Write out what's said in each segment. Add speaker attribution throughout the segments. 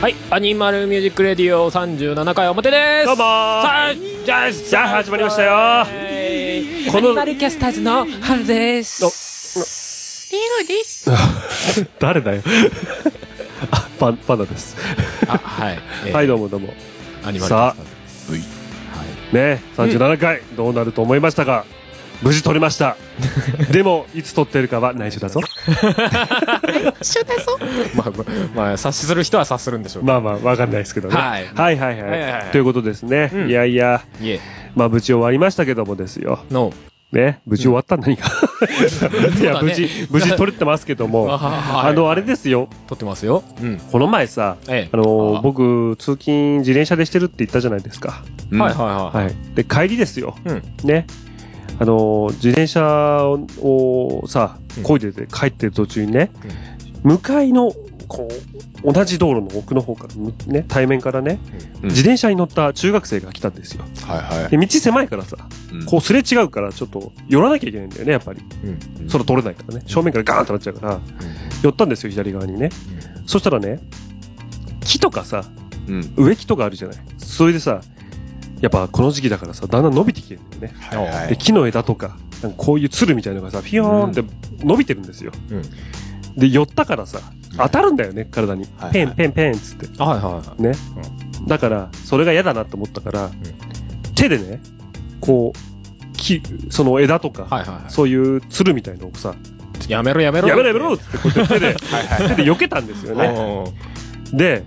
Speaker 1: はい、アニマルミュージックレディオ三十七回表です。
Speaker 2: どうもー
Speaker 1: さあ、じゃあ、
Speaker 2: じゃあ始まりましたよ
Speaker 1: ー。このアニマルキャスターズの春です。
Speaker 2: 誰だよ あパンパンダです
Speaker 1: あ、はい、えー
Speaker 2: はいどうもどうも
Speaker 1: アニマルキャスター
Speaker 2: さ
Speaker 1: ズ。
Speaker 2: ね37回どうなると思いましたが無事撮れました でもいつ撮ってるかは内緒だ ぞ
Speaker 1: まあ、まあ、まあ、察する人は察するんでしょうけ
Speaker 2: まあまあわかんないですけどね、
Speaker 1: はい
Speaker 2: はいはい
Speaker 1: はいはいは
Speaker 2: はいいということですね、
Speaker 1: うん
Speaker 2: いやいや
Speaker 1: ど。いえ、
Speaker 2: まあ無事終わりましたけどもですよ
Speaker 1: の、
Speaker 2: ね無事終わったん 何かいや
Speaker 1: そうだね
Speaker 2: 無事無事撮れてますけど も
Speaker 1: あ
Speaker 2: あのあれですよ
Speaker 1: 撮ってますよ。うん。
Speaker 2: この前さ
Speaker 1: ええ
Speaker 2: あのー
Speaker 1: あ
Speaker 2: 僕通勤自転車でしてるって言ったじゃないですか
Speaker 3: うん
Speaker 1: はい、は
Speaker 2: はい、で帰りですよ、
Speaker 1: うん
Speaker 2: ねあのー自転車をさ
Speaker 1: うん
Speaker 2: 漕いでて帰ってる途中にね、向かいのこう同じ道路の奥の方から、ね、対面からね、
Speaker 3: うん
Speaker 2: 自転車に乗った中学生が来たんですよ
Speaker 3: いはいはい
Speaker 2: で道狭いからさ
Speaker 3: うん
Speaker 2: こうすれ違うからちょっと寄らなきゃいけないんだよねやっぱり、
Speaker 1: う
Speaker 2: それ取れないからね正面からガーンとなっちゃうから、寄ったんですよ左側にね、そしたらね木とかさ
Speaker 3: うん
Speaker 2: 植木とかあるじゃないそれでさやっぱこの時期だからさだんだん伸びてきてるんだよね
Speaker 1: い。はい、は
Speaker 2: で
Speaker 1: い。
Speaker 2: 木の枝とかなんかこういうつるみたいなのがさフィヨーンって伸びてるんですよ、
Speaker 1: うん
Speaker 2: で寄ったからさ当たるんだよね体に、
Speaker 3: はい
Speaker 2: ペンペンペンっつって
Speaker 1: はい、は
Speaker 2: ね、だからそれが嫌だなと思ったから、手でねこう木その枝とか、
Speaker 1: い。はい、は
Speaker 2: そういうつるみたいのをさ
Speaker 1: い。やめろ、やめ
Speaker 2: 「
Speaker 1: ろ。
Speaker 2: やめろやめろ!」っつってこうやって手 で手で避けたんですよね
Speaker 1: おー
Speaker 2: で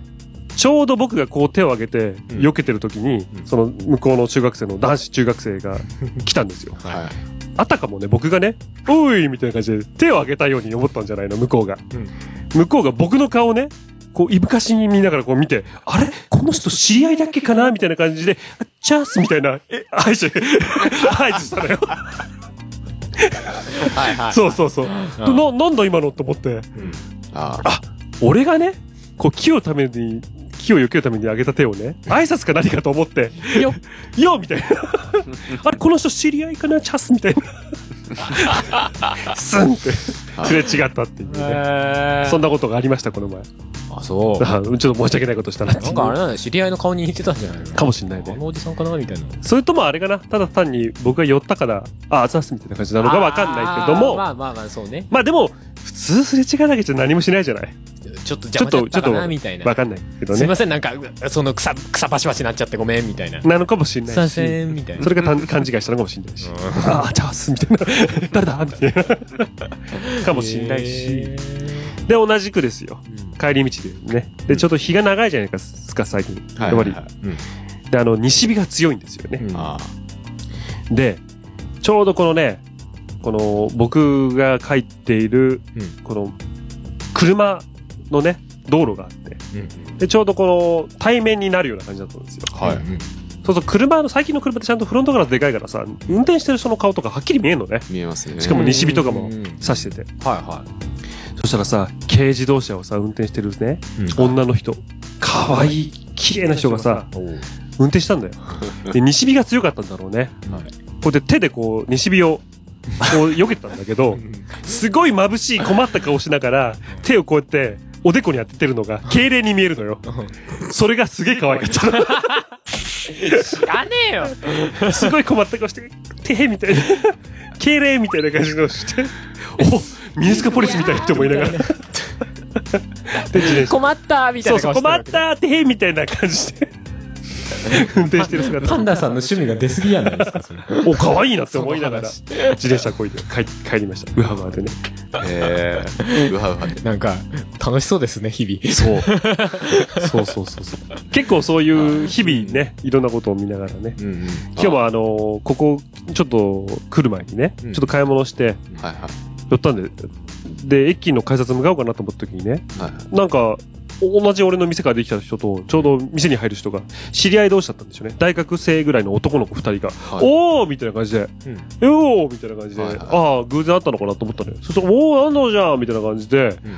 Speaker 2: ちょうど僕がこう手を挙げて
Speaker 1: ん
Speaker 2: 避けてる時に、
Speaker 1: うん
Speaker 2: その向こうの中学生の男子中学生 が来たんですよ
Speaker 3: はい
Speaker 2: あたかもね、僕がね、おーいみたいな感じで手を挙げたように思ったんじゃないの、向こうが。
Speaker 1: うん
Speaker 2: 向こうが僕の顔をね、こう、いぶかしに見ながらこう見て、あれこの人知り合いだっけかなみたいな感じで、あチャースみたいな、え、合図、 合図したのよ。
Speaker 1: はい、はい。
Speaker 2: そうそうそう。な、なんだ今のと思って、
Speaker 3: あ
Speaker 2: 俺がね、こう、木をために、木を避けるために挙げた手をね、挨拶か何かと思って、
Speaker 1: よっ
Speaker 2: よみた いな。あれ、この人知り合いかなチャスみたい な。スンって、すれ違ったっていうね。
Speaker 1: えー
Speaker 2: そんなことがありました、この前。
Speaker 1: あ、そう。
Speaker 2: あちょっと申し訳ないことしたなってい
Speaker 1: な
Speaker 2: うん
Speaker 1: かあれなんだよ知り合いの顔に似てたんじゃないの
Speaker 2: かもしんない
Speaker 1: あ
Speaker 2: ね。
Speaker 1: のおじさんかなみたいな。
Speaker 2: それともあれかな、ただ単に僕が寄ったから、あ、あざすみたいな感じなのかわかんないけども、
Speaker 1: あーまあまあまあ、そうね。
Speaker 2: まあでも、普通すれ違いだけじゃ何もしないじゃない
Speaker 1: ちょっと
Speaker 2: ち
Speaker 1: 邪
Speaker 2: ょ
Speaker 1: 魔
Speaker 2: っ
Speaker 1: だ
Speaker 2: と、
Speaker 1: っ
Speaker 2: ち
Speaker 1: た
Speaker 2: ょっと、
Speaker 1: かなみたいな。
Speaker 2: わかんないけど
Speaker 1: すい
Speaker 2: ね。
Speaker 1: ません、なんか、その草、草パシパシになっちゃってごめん、みたいな。
Speaker 2: なのかもしんな
Speaker 1: さ
Speaker 2: いし。
Speaker 1: せん、みたいな。
Speaker 2: それがたん勘違いしたのかもしれないし、ああ、チャンスみ たいな、誰だみたいな、かもしれないし、
Speaker 1: へ
Speaker 2: で、
Speaker 1: ー
Speaker 2: 同じくですよ、帰り道でね、で、ちょっと日が長いじゃないですか、最近、
Speaker 3: あ
Speaker 2: やっぱり、で、あの、西日が強いんですよね、
Speaker 1: うん
Speaker 3: あ
Speaker 2: で、ちょうどこのね、この僕が帰っている
Speaker 1: うん、
Speaker 2: この車のね、道路があって、
Speaker 1: うん
Speaker 2: で、ちょうどこの対面になるような感じだったんですよ。
Speaker 3: はい
Speaker 1: うん
Speaker 2: そうそう、車の、最近の車ってちゃんとフロントガラスでかいからさ、運転してる人の顔とかはっきり見えるのね。
Speaker 3: 見えますね
Speaker 2: しかも西日とかも
Speaker 1: うん
Speaker 2: 刺してて。
Speaker 1: はいはい。
Speaker 2: そしたらさ、軽自動車をさ、運転してるね、
Speaker 1: うん
Speaker 2: 女の人、可愛い綺麗な人がさ、
Speaker 1: おう
Speaker 2: 運転したんだよ。で、西日が強かったんだろうね。こうやって手でこう、西日を、こう、避けたんだけど、すごい眩しい困った顔しながら、手をこうやって、おでこに当ててるのが、痙攣に見えるのよ。それがすげえ可愛かっ
Speaker 1: 知らねえよ
Speaker 2: た。すごい困った顔して、手みたいな、痙攣みたいな感じのして、おミネスカポリスみたいって思いながら。で、自転車。
Speaker 1: 困ったみたい
Speaker 2: そう
Speaker 1: な顔してる
Speaker 2: そう、困っ
Speaker 1: わけだ。
Speaker 2: た手みたいな感じ で、運転してる姿。
Speaker 1: パンダさんの趣味が出すぎやないですか、それ。
Speaker 2: お、可愛いなって思いながら、
Speaker 1: そ
Speaker 2: 自転車こいで帰帰りました。うわうわでね。
Speaker 3: へ えうわうわ
Speaker 1: なんか、楽しそうですね、日々。
Speaker 2: そう。そうそうそうそう。結構そういう日々ね、いろんなことを見ながらね。
Speaker 3: うんうん
Speaker 2: 今日はあのーここ、ちょっと来る前にね、
Speaker 1: うん
Speaker 2: ちょっと買い物して、
Speaker 3: はいはい
Speaker 2: 寄ったんで、で、駅の改札向かおうかなと思った時にね、
Speaker 3: はい
Speaker 2: なんか、お同じ俺の店からできた人と、ちょうど店に入る人が、知り合い同士だったんですよね。大学生ぐらいの男の子二人が、
Speaker 3: はい
Speaker 2: おーみたいな感じで、
Speaker 1: うん
Speaker 2: えおーみたいな感じで、
Speaker 3: はいはい
Speaker 2: ああ、偶然会ったのかなと思ったのよ。そしたら、おー、なんだじゃんみたいな感じで、
Speaker 3: うん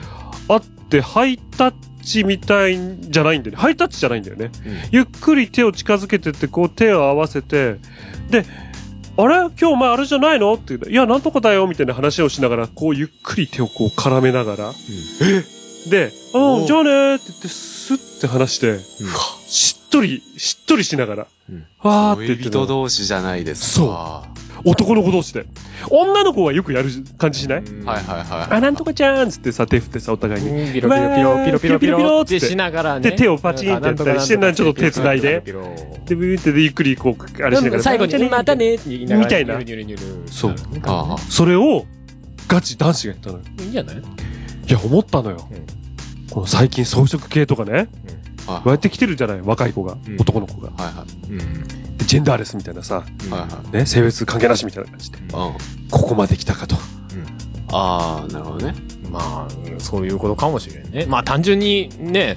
Speaker 2: 会ってハイタッチみたいんじゃないんだよね。ハイタッチじゃないんだよね。
Speaker 3: うん
Speaker 2: ゆっくり手を近づけてって、こう手を合わせて、で、あれ今日お前あれじゃないのって言うのいや、なんとかだよみたいな話をしながら、こうゆっくり手をこう絡めながら、で、
Speaker 3: お
Speaker 2: うん、
Speaker 3: う
Speaker 2: じゃあねーって言って、スッって話して、
Speaker 3: うん
Speaker 2: しっとり、しっとりしながら、
Speaker 3: うん
Speaker 2: わーって言って
Speaker 3: 恋
Speaker 2: た
Speaker 3: 人同士じゃないです
Speaker 2: そう
Speaker 3: か。
Speaker 2: 男の子同士で。女の子はよくやる感じしない、
Speaker 3: はいはいはい。
Speaker 2: あ、なんとかちゃーんっつってさ、手振ってさ、お互いに。
Speaker 1: うんピロピロピロピロピロピロってしながらね。
Speaker 2: で手をパチンってやったりしてなんかちょっと手繋いで
Speaker 1: ピロピロピロピロ
Speaker 2: で、ビビってでゆっくりこう、あれしながら。
Speaker 1: 最後に、また。ねって言いながら
Speaker 2: みたいな
Speaker 1: ニュルニュルニュルニュル
Speaker 2: そう
Speaker 3: あ
Speaker 2: それを、ガチ男子がやったのよ。
Speaker 1: いいんじゃない
Speaker 2: いや、思ったのよ。
Speaker 1: うん
Speaker 2: この最近装飾系とかね、
Speaker 3: あ。は
Speaker 2: こうやってきてるじゃない、若い子が、
Speaker 1: うん
Speaker 2: 男の子が。
Speaker 3: いはい
Speaker 2: でジェンダーレスみたいなさ、
Speaker 3: うん。はいはい。
Speaker 2: ね、性別関係なしみたいな感じで。
Speaker 3: うん
Speaker 2: ここまで来たかと。
Speaker 3: ああ、なるほどね。
Speaker 1: まあ、そういうことかもしれんね。まあ、単純にね、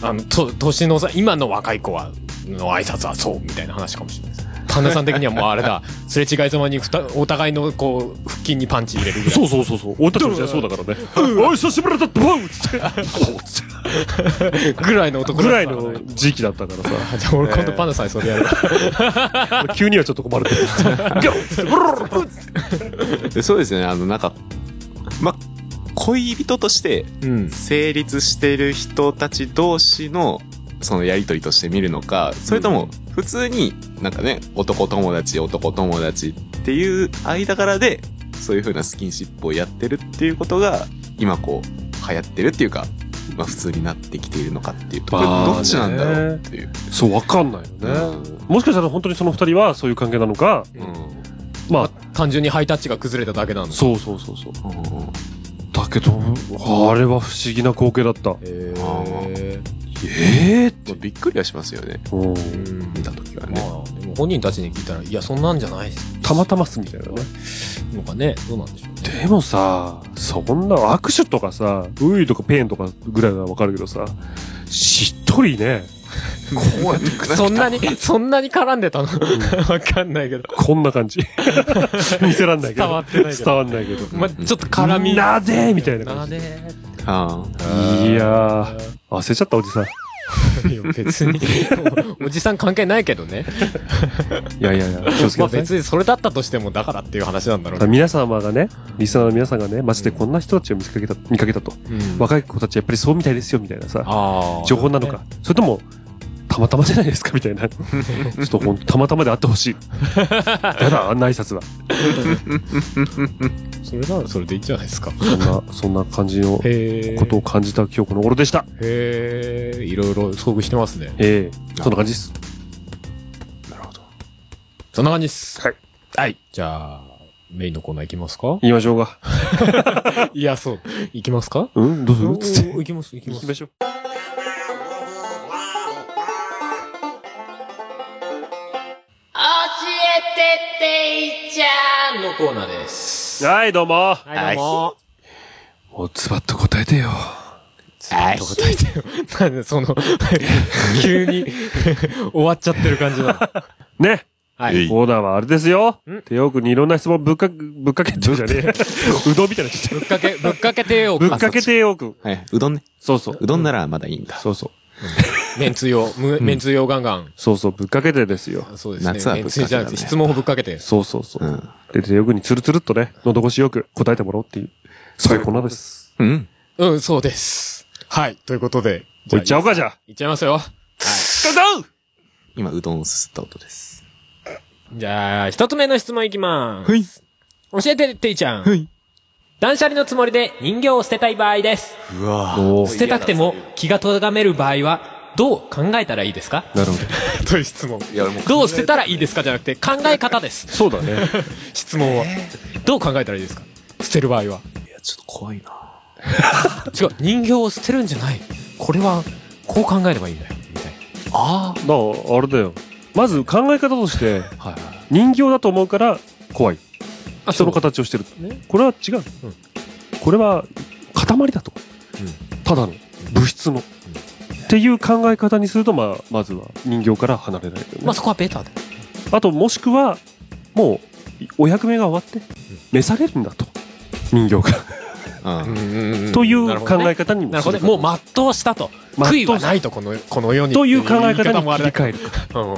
Speaker 1: あの、と、年のさ、今の若い子は、の挨拶はそう、みたいな話かもしれないです。パンダさん的にはもうあれ だ、すれ違いざまにふた、お互いの、こう、腹筋にパンチ入れるぐらい。
Speaker 2: そうそうそうそう。俺たちの時代そうだからね。おい、久しぶりだったわっつって。おっつって
Speaker 1: ぐらいの男
Speaker 2: ぐ
Speaker 1: だ
Speaker 2: ら
Speaker 1: っ
Speaker 2: い
Speaker 1: た
Speaker 2: の時期だったから さ。
Speaker 1: あじゃあ俺今度パンダさんにそれやるわ。
Speaker 2: 急にはちょっと困るけど。ギョッつってブルルルルル
Speaker 3: でそうですね、あの、なんか、ま、恋人として
Speaker 1: うん。
Speaker 3: 成立してる人たち同士の、そのやりとりとして見るのか、それとも、普通になんかね、男友達、男友達っていう間柄で、そういう風なスキンシップをやってるっていうことが、今こう、流行ってるっていうか、まあ普通になってきているのかっていうと、これ
Speaker 2: まあね
Speaker 3: どっちなんだろうっていう。
Speaker 2: そう、わかんないよね。もしかしたら本当にその二人はそういう関係なのか、
Speaker 3: うんうん
Speaker 2: まあ、
Speaker 1: 単純にハイタッチが崩れただけなの。
Speaker 2: そうそうそうそう。
Speaker 3: うん
Speaker 2: だけど、あれは不思議な光景だった。
Speaker 1: へ
Speaker 3: ー
Speaker 2: ええって。
Speaker 3: まあびっくりはしますよね。
Speaker 2: うん
Speaker 3: 見た時は
Speaker 1: ま
Speaker 3: ね。
Speaker 1: あ、でも本人たちに聞いたら、いや、そんなんじゃない
Speaker 2: たまたますみたいなね。
Speaker 1: のかね。どうなんでしょうね。
Speaker 2: でもさ、そんな握手とかさ、ういとかペンとかぐらいはわかるけどさ、しっとりね、
Speaker 3: こうやって
Speaker 1: そんなに、 そんなに絡んでたのわかんないけど。
Speaker 2: こん な感じ。見せらんないけど。
Speaker 1: 伝わってないけど
Speaker 2: 伝わんないけど。
Speaker 1: ま、ちょっと絡み。
Speaker 2: なぜみたいな
Speaker 1: な
Speaker 2: 感じ。
Speaker 1: で
Speaker 3: あ
Speaker 2: いやー、忘れちゃったおじさん。い
Speaker 1: ー。いや別 に、おおじさん関係ないけどね。
Speaker 2: やいやいや、気をつけ
Speaker 1: まあ
Speaker 2: なさい。
Speaker 1: 別にそれだったとしても、だからっていう話なんだろうけど。
Speaker 2: 皆様がね、リスナーの皆さんがね、街でこんな人たちを見かけた、見かけたと。
Speaker 1: うん
Speaker 2: 若い子たちやっぱりそうみたいですよ、みたいなさ、
Speaker 1: あー
Speaker 2: 情報なのか。。それとも、たまたまじゃないですか、みた いな。ちょっとほんとたまたまで会ってほしい。やだ、あんな挨拶は。
Speaker 1: それならそれでいいんじゃないですか。
Speaker 2: そんな、そんな感じの
Speaker 1: へえ。
Speaker 2: ことを感じた今日この頃でした。
Speaker 1: へえ、いろいろ遭遇してますね。
Speaker 2: ええそんな感じです。
Speaker 1: そんな感じです。
Speaker 2: はい。
Speaker 1: はい。じゃあ、メインのコーナーいきますか
Speaker 2: 言いましょうか。
Speaker 1: いや、そう。いきますか
Speaker 2: うん、どうするつって。
Speaker 1: おーいきます、いき
Speaker 2: 行
Speaker 1: ま
Speaker 2: き
Speaker 1: す
Speaker 2: ま。しょう。
Speaker 4: 教えてていちゃんのコーナーです。
Speaker 2: はい、どうも。
Speaker 1: はい、どうも。
Speaker 2: もうズバッと答えてよ。
Speaker 1: はい。答えてよ。なんで、その、 急に 終わっちゃってる感じなの。
Speaker 2: ね。
Speaker 1: は
Speaker 3: え
Speaker 1: い。
Speaker 3: い
Speaker 2: コーナーはあれですよ
Speaker 1: ん。
Speaker 2: 手よくにいろんな質問ぶっかけ、ぶっかけてるじゃねえ。 うどんみたいな人
Speaker 1: ぶっかけ、ぶっかけてよ。
Speaker 2: ぶっかけてよく。
Speaker 3: あ。はい。うどんね。
Speaker 2: そうそう。
Speaker 3: うどんならまだいいんだ。
Speaker 2: そうそう。
Speaker 1: めんつゆを、むめんつゆをガンガン。
Speaker 2: そうそう、ぶっかけてですよ。
Speaker 1: そうですね。
Speaker 3: 夏はぶっ
Speaker 1: めん
Speaker 3: かけ
Speaker 1: つ
Speaker 3: だね
Speaker 1: ゆじゃなくて、質問をぶっかけて。
Speaker 2: そうそうそうう。
Speaker 3: ん。
Speaker 2: で、手よくにつるつるっとね、喉越しよく答えてもらおうっていう。そういうコーナーです。
Speaker 3: うん。
Speaker 1: うん、そうです。はい。ということで。
Speaker 2: じゃあ、いっちゃおうか、じゃあ。
Speaker 1: いっちゃいますよ。
Speaker 3: 今、うどんをすすった音です。
Speaker 1: じゃあ、一つ目の質問いきます。
Speaker 3: い。
Speaker 1: 教えて、ていちゃん。
Speaker 3: はい。
Speaker 1: 断捨離のつもりで人形を捨てたい場合です。
Speaker 3: うわぁ。
Speaker 2: お
Speaker 1: 捨てたくても気がとがめる場合は、どう考えたらいいです か
Speaker 2: なるほど。
Speaker 1: という質問。
Speaker 3: いや、俺もう、
Speaker 1: どう捨てたらいいですかじゃなくて、考え方です。
Speaker 2: そうだね。
Speaker 1: 質問は。どう考えたらいいですか捨てる場合は。
Speaker 3: いや、ちょっと怖いな
Speaker 1: 違う、人形を捨てるんじゃない。これは、こう考えればいいんだよ。みたい
Speaker 2: ああ。だから、あれだよ。まず考え方として、
Speaker 1: な。はいはい。
Speaker 2: 人形だと思うから怖い。
Speaker 1: あ、
Speaker 2: 人
Speaker 1: そ
Speaker 2: の
Speaker 1: の方。
Speaker 2: 形をしてる。
Speaker 1: ね
Speaker 2: これは違う。
Speaker 1: うん
Speaker 2: これは塊だと。ただの物質の。っていう考え方にすると、まあ、まずは人形から離れないよね、
Speaker 1: まあそこはベターで。
Speaker 2: あと、もしくは、もう、お役目が終わって、召されるんだと。人形が。
Speaker 3: うん。
Speaker 1: ん
Speaker 2: という
Speaker 1: なるほど
Speaker 2: 考
Speaker 1: ね
Speaker 2: え方に
Speaker 1: な
Speaker 2: も
Speaker 1: る
Speaker 2: す
Speaker 1: ほ
Speaker 2: る
Speaker 1: どね。もう全うしたと。
Speaker 2: 全うした
Speaker 1: 悔いはないと、この、この世に。
Speaker 2: という考え
Speaker 1: ってい
Speaker 2: 方
Speaker 1: う言
Speaker 2: に
Speaker 1: いもあ
Speaker 2: 切
Speaker 1: れだ
Speaker 2: り
Speaker 1: け
Speaker 2: 替える。
Speaker 1: どうん。
Speaker 2: も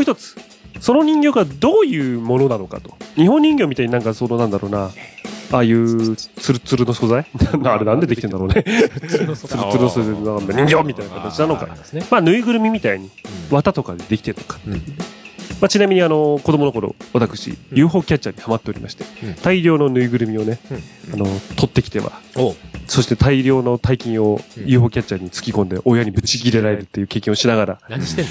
Speaker 2: う一つ、その人形がどういうものなのかと。日本人形みたいになんかそのなんだろうな、ああいうツルツルの素材なあれなんでできてんだろうね。
Speaker 1: ツル
Speaker 2: ツルツル素材のなんか人形みたいな形なのか。
Speaker 1: ですね。
Speaker 2: まあ、ぬいぐるみみたいに綿とかでできてるのか。まあ、ちなみにあの子供の頃私 UFO キャッチャーにハマっておりまして、
Speaker 1: うん
Speaker 2: 大量のぬいぐるみをね、
Speaker 1: うん
Speaker 2: あの取ってきては
Speaker 1: お
Speaker 2: そして大量の大金を
Speaker 1: うん
Speaker 2: UFO キャッチャーに突き込んで親にぶち切れられるっていう経験をしながら、
Speaker 1: 何してん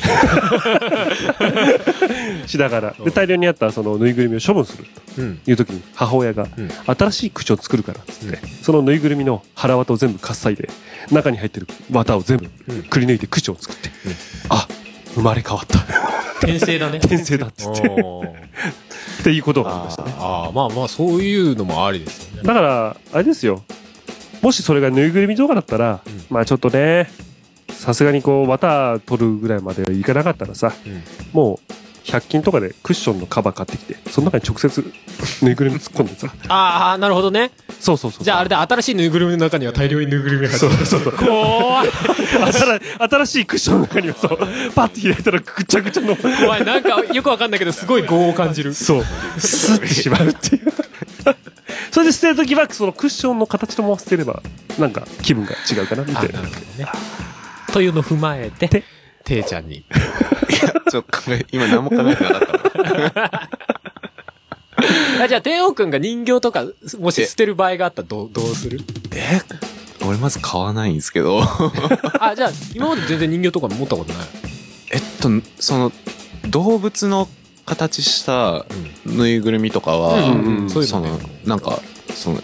Speaker 1: の
Speaker 2: しながら
Speaker 1: うん
Speaker 2: で大量にあったそのぬいぐるみを処分する
Speaker 1: うん。
Speaker 2: という時に母親が
Speaker 1: うん
Speaker 2: 新しい口を作るからっつって、
Speaker 1: う
Speaker 2: そのぬいぐるみの腹綿を全部かっさいで中に入ってる綿を全部
Speaker 1: うん
Speaker 2: くり抜いて口を作って、
Speaker 1: うん
Speaker 2: あ生まれ変わ った
Speaker 1: 転生だね。
Speaker 2: 転生だっつって
Speaker 1: おー
Speaker 2: っていうことがありましたね
Speaker 1: ああ、まあまあ、そういうのもありですよね。
Speaker 2: だから、あれですよ。もしそれがぬいぐるみとかだったら、
Speaker 1: うん
Speaker 2: まあちょっとね、さすがにこう、綿取るぐらいまでいかなかったらさ、
Speaker 1: うん
Speaker 2: もう、100均とかでクッションのカバー買ってきて、その中に直接 ぬいぐるみ突っ込んでさ、
Speaker 1: ああ、なるほどね。
Speaker 2: そうそうそう。
Speaker 1: じゃああれだ、新しいぬいぐるみの中には大量にぬいぐるみが入ってる。そうそう。怖い。
Speaker 2: 新新しいクッションの中にはそう、パッて開いたらぐちゃぐちゃの、
Speaker 1: 怖い。なんか、よくわかんないけど、すごい業を感じる。
Speaker 2: そう、スッてしまうっていう。 それで捨てるときは、そのクッションの形のまま捨てれば、なんか気分が違うかな、み
Speaker 1: あ
Speaker 2: たい
Speaker 1: な
Speaker 2: な
Speaker 1: る。ほどね。というのを踏まえて
Speaker 2: で、
Speaker 1: ていちゃんに。
Speaker 3: ちょっと考え、今何も考えてなかった。
Speaker 1: あじゃあ、帝王くんが人形とか、もし捨てる場合があったらどう、どうする
Speaker 3: 俺まず買わないんです けど。
Speaker 1: あ、じゃあ、今まで全然人形とか持ったことない。
Speaker 3: えっと、その、動物の形したぬいぐるみとかは、
Speaker 2: うんうんうん
Speaker 1: そういう
Speaker 3: そ
Speaker 1: のね
Speaker 3: の、なんか、その、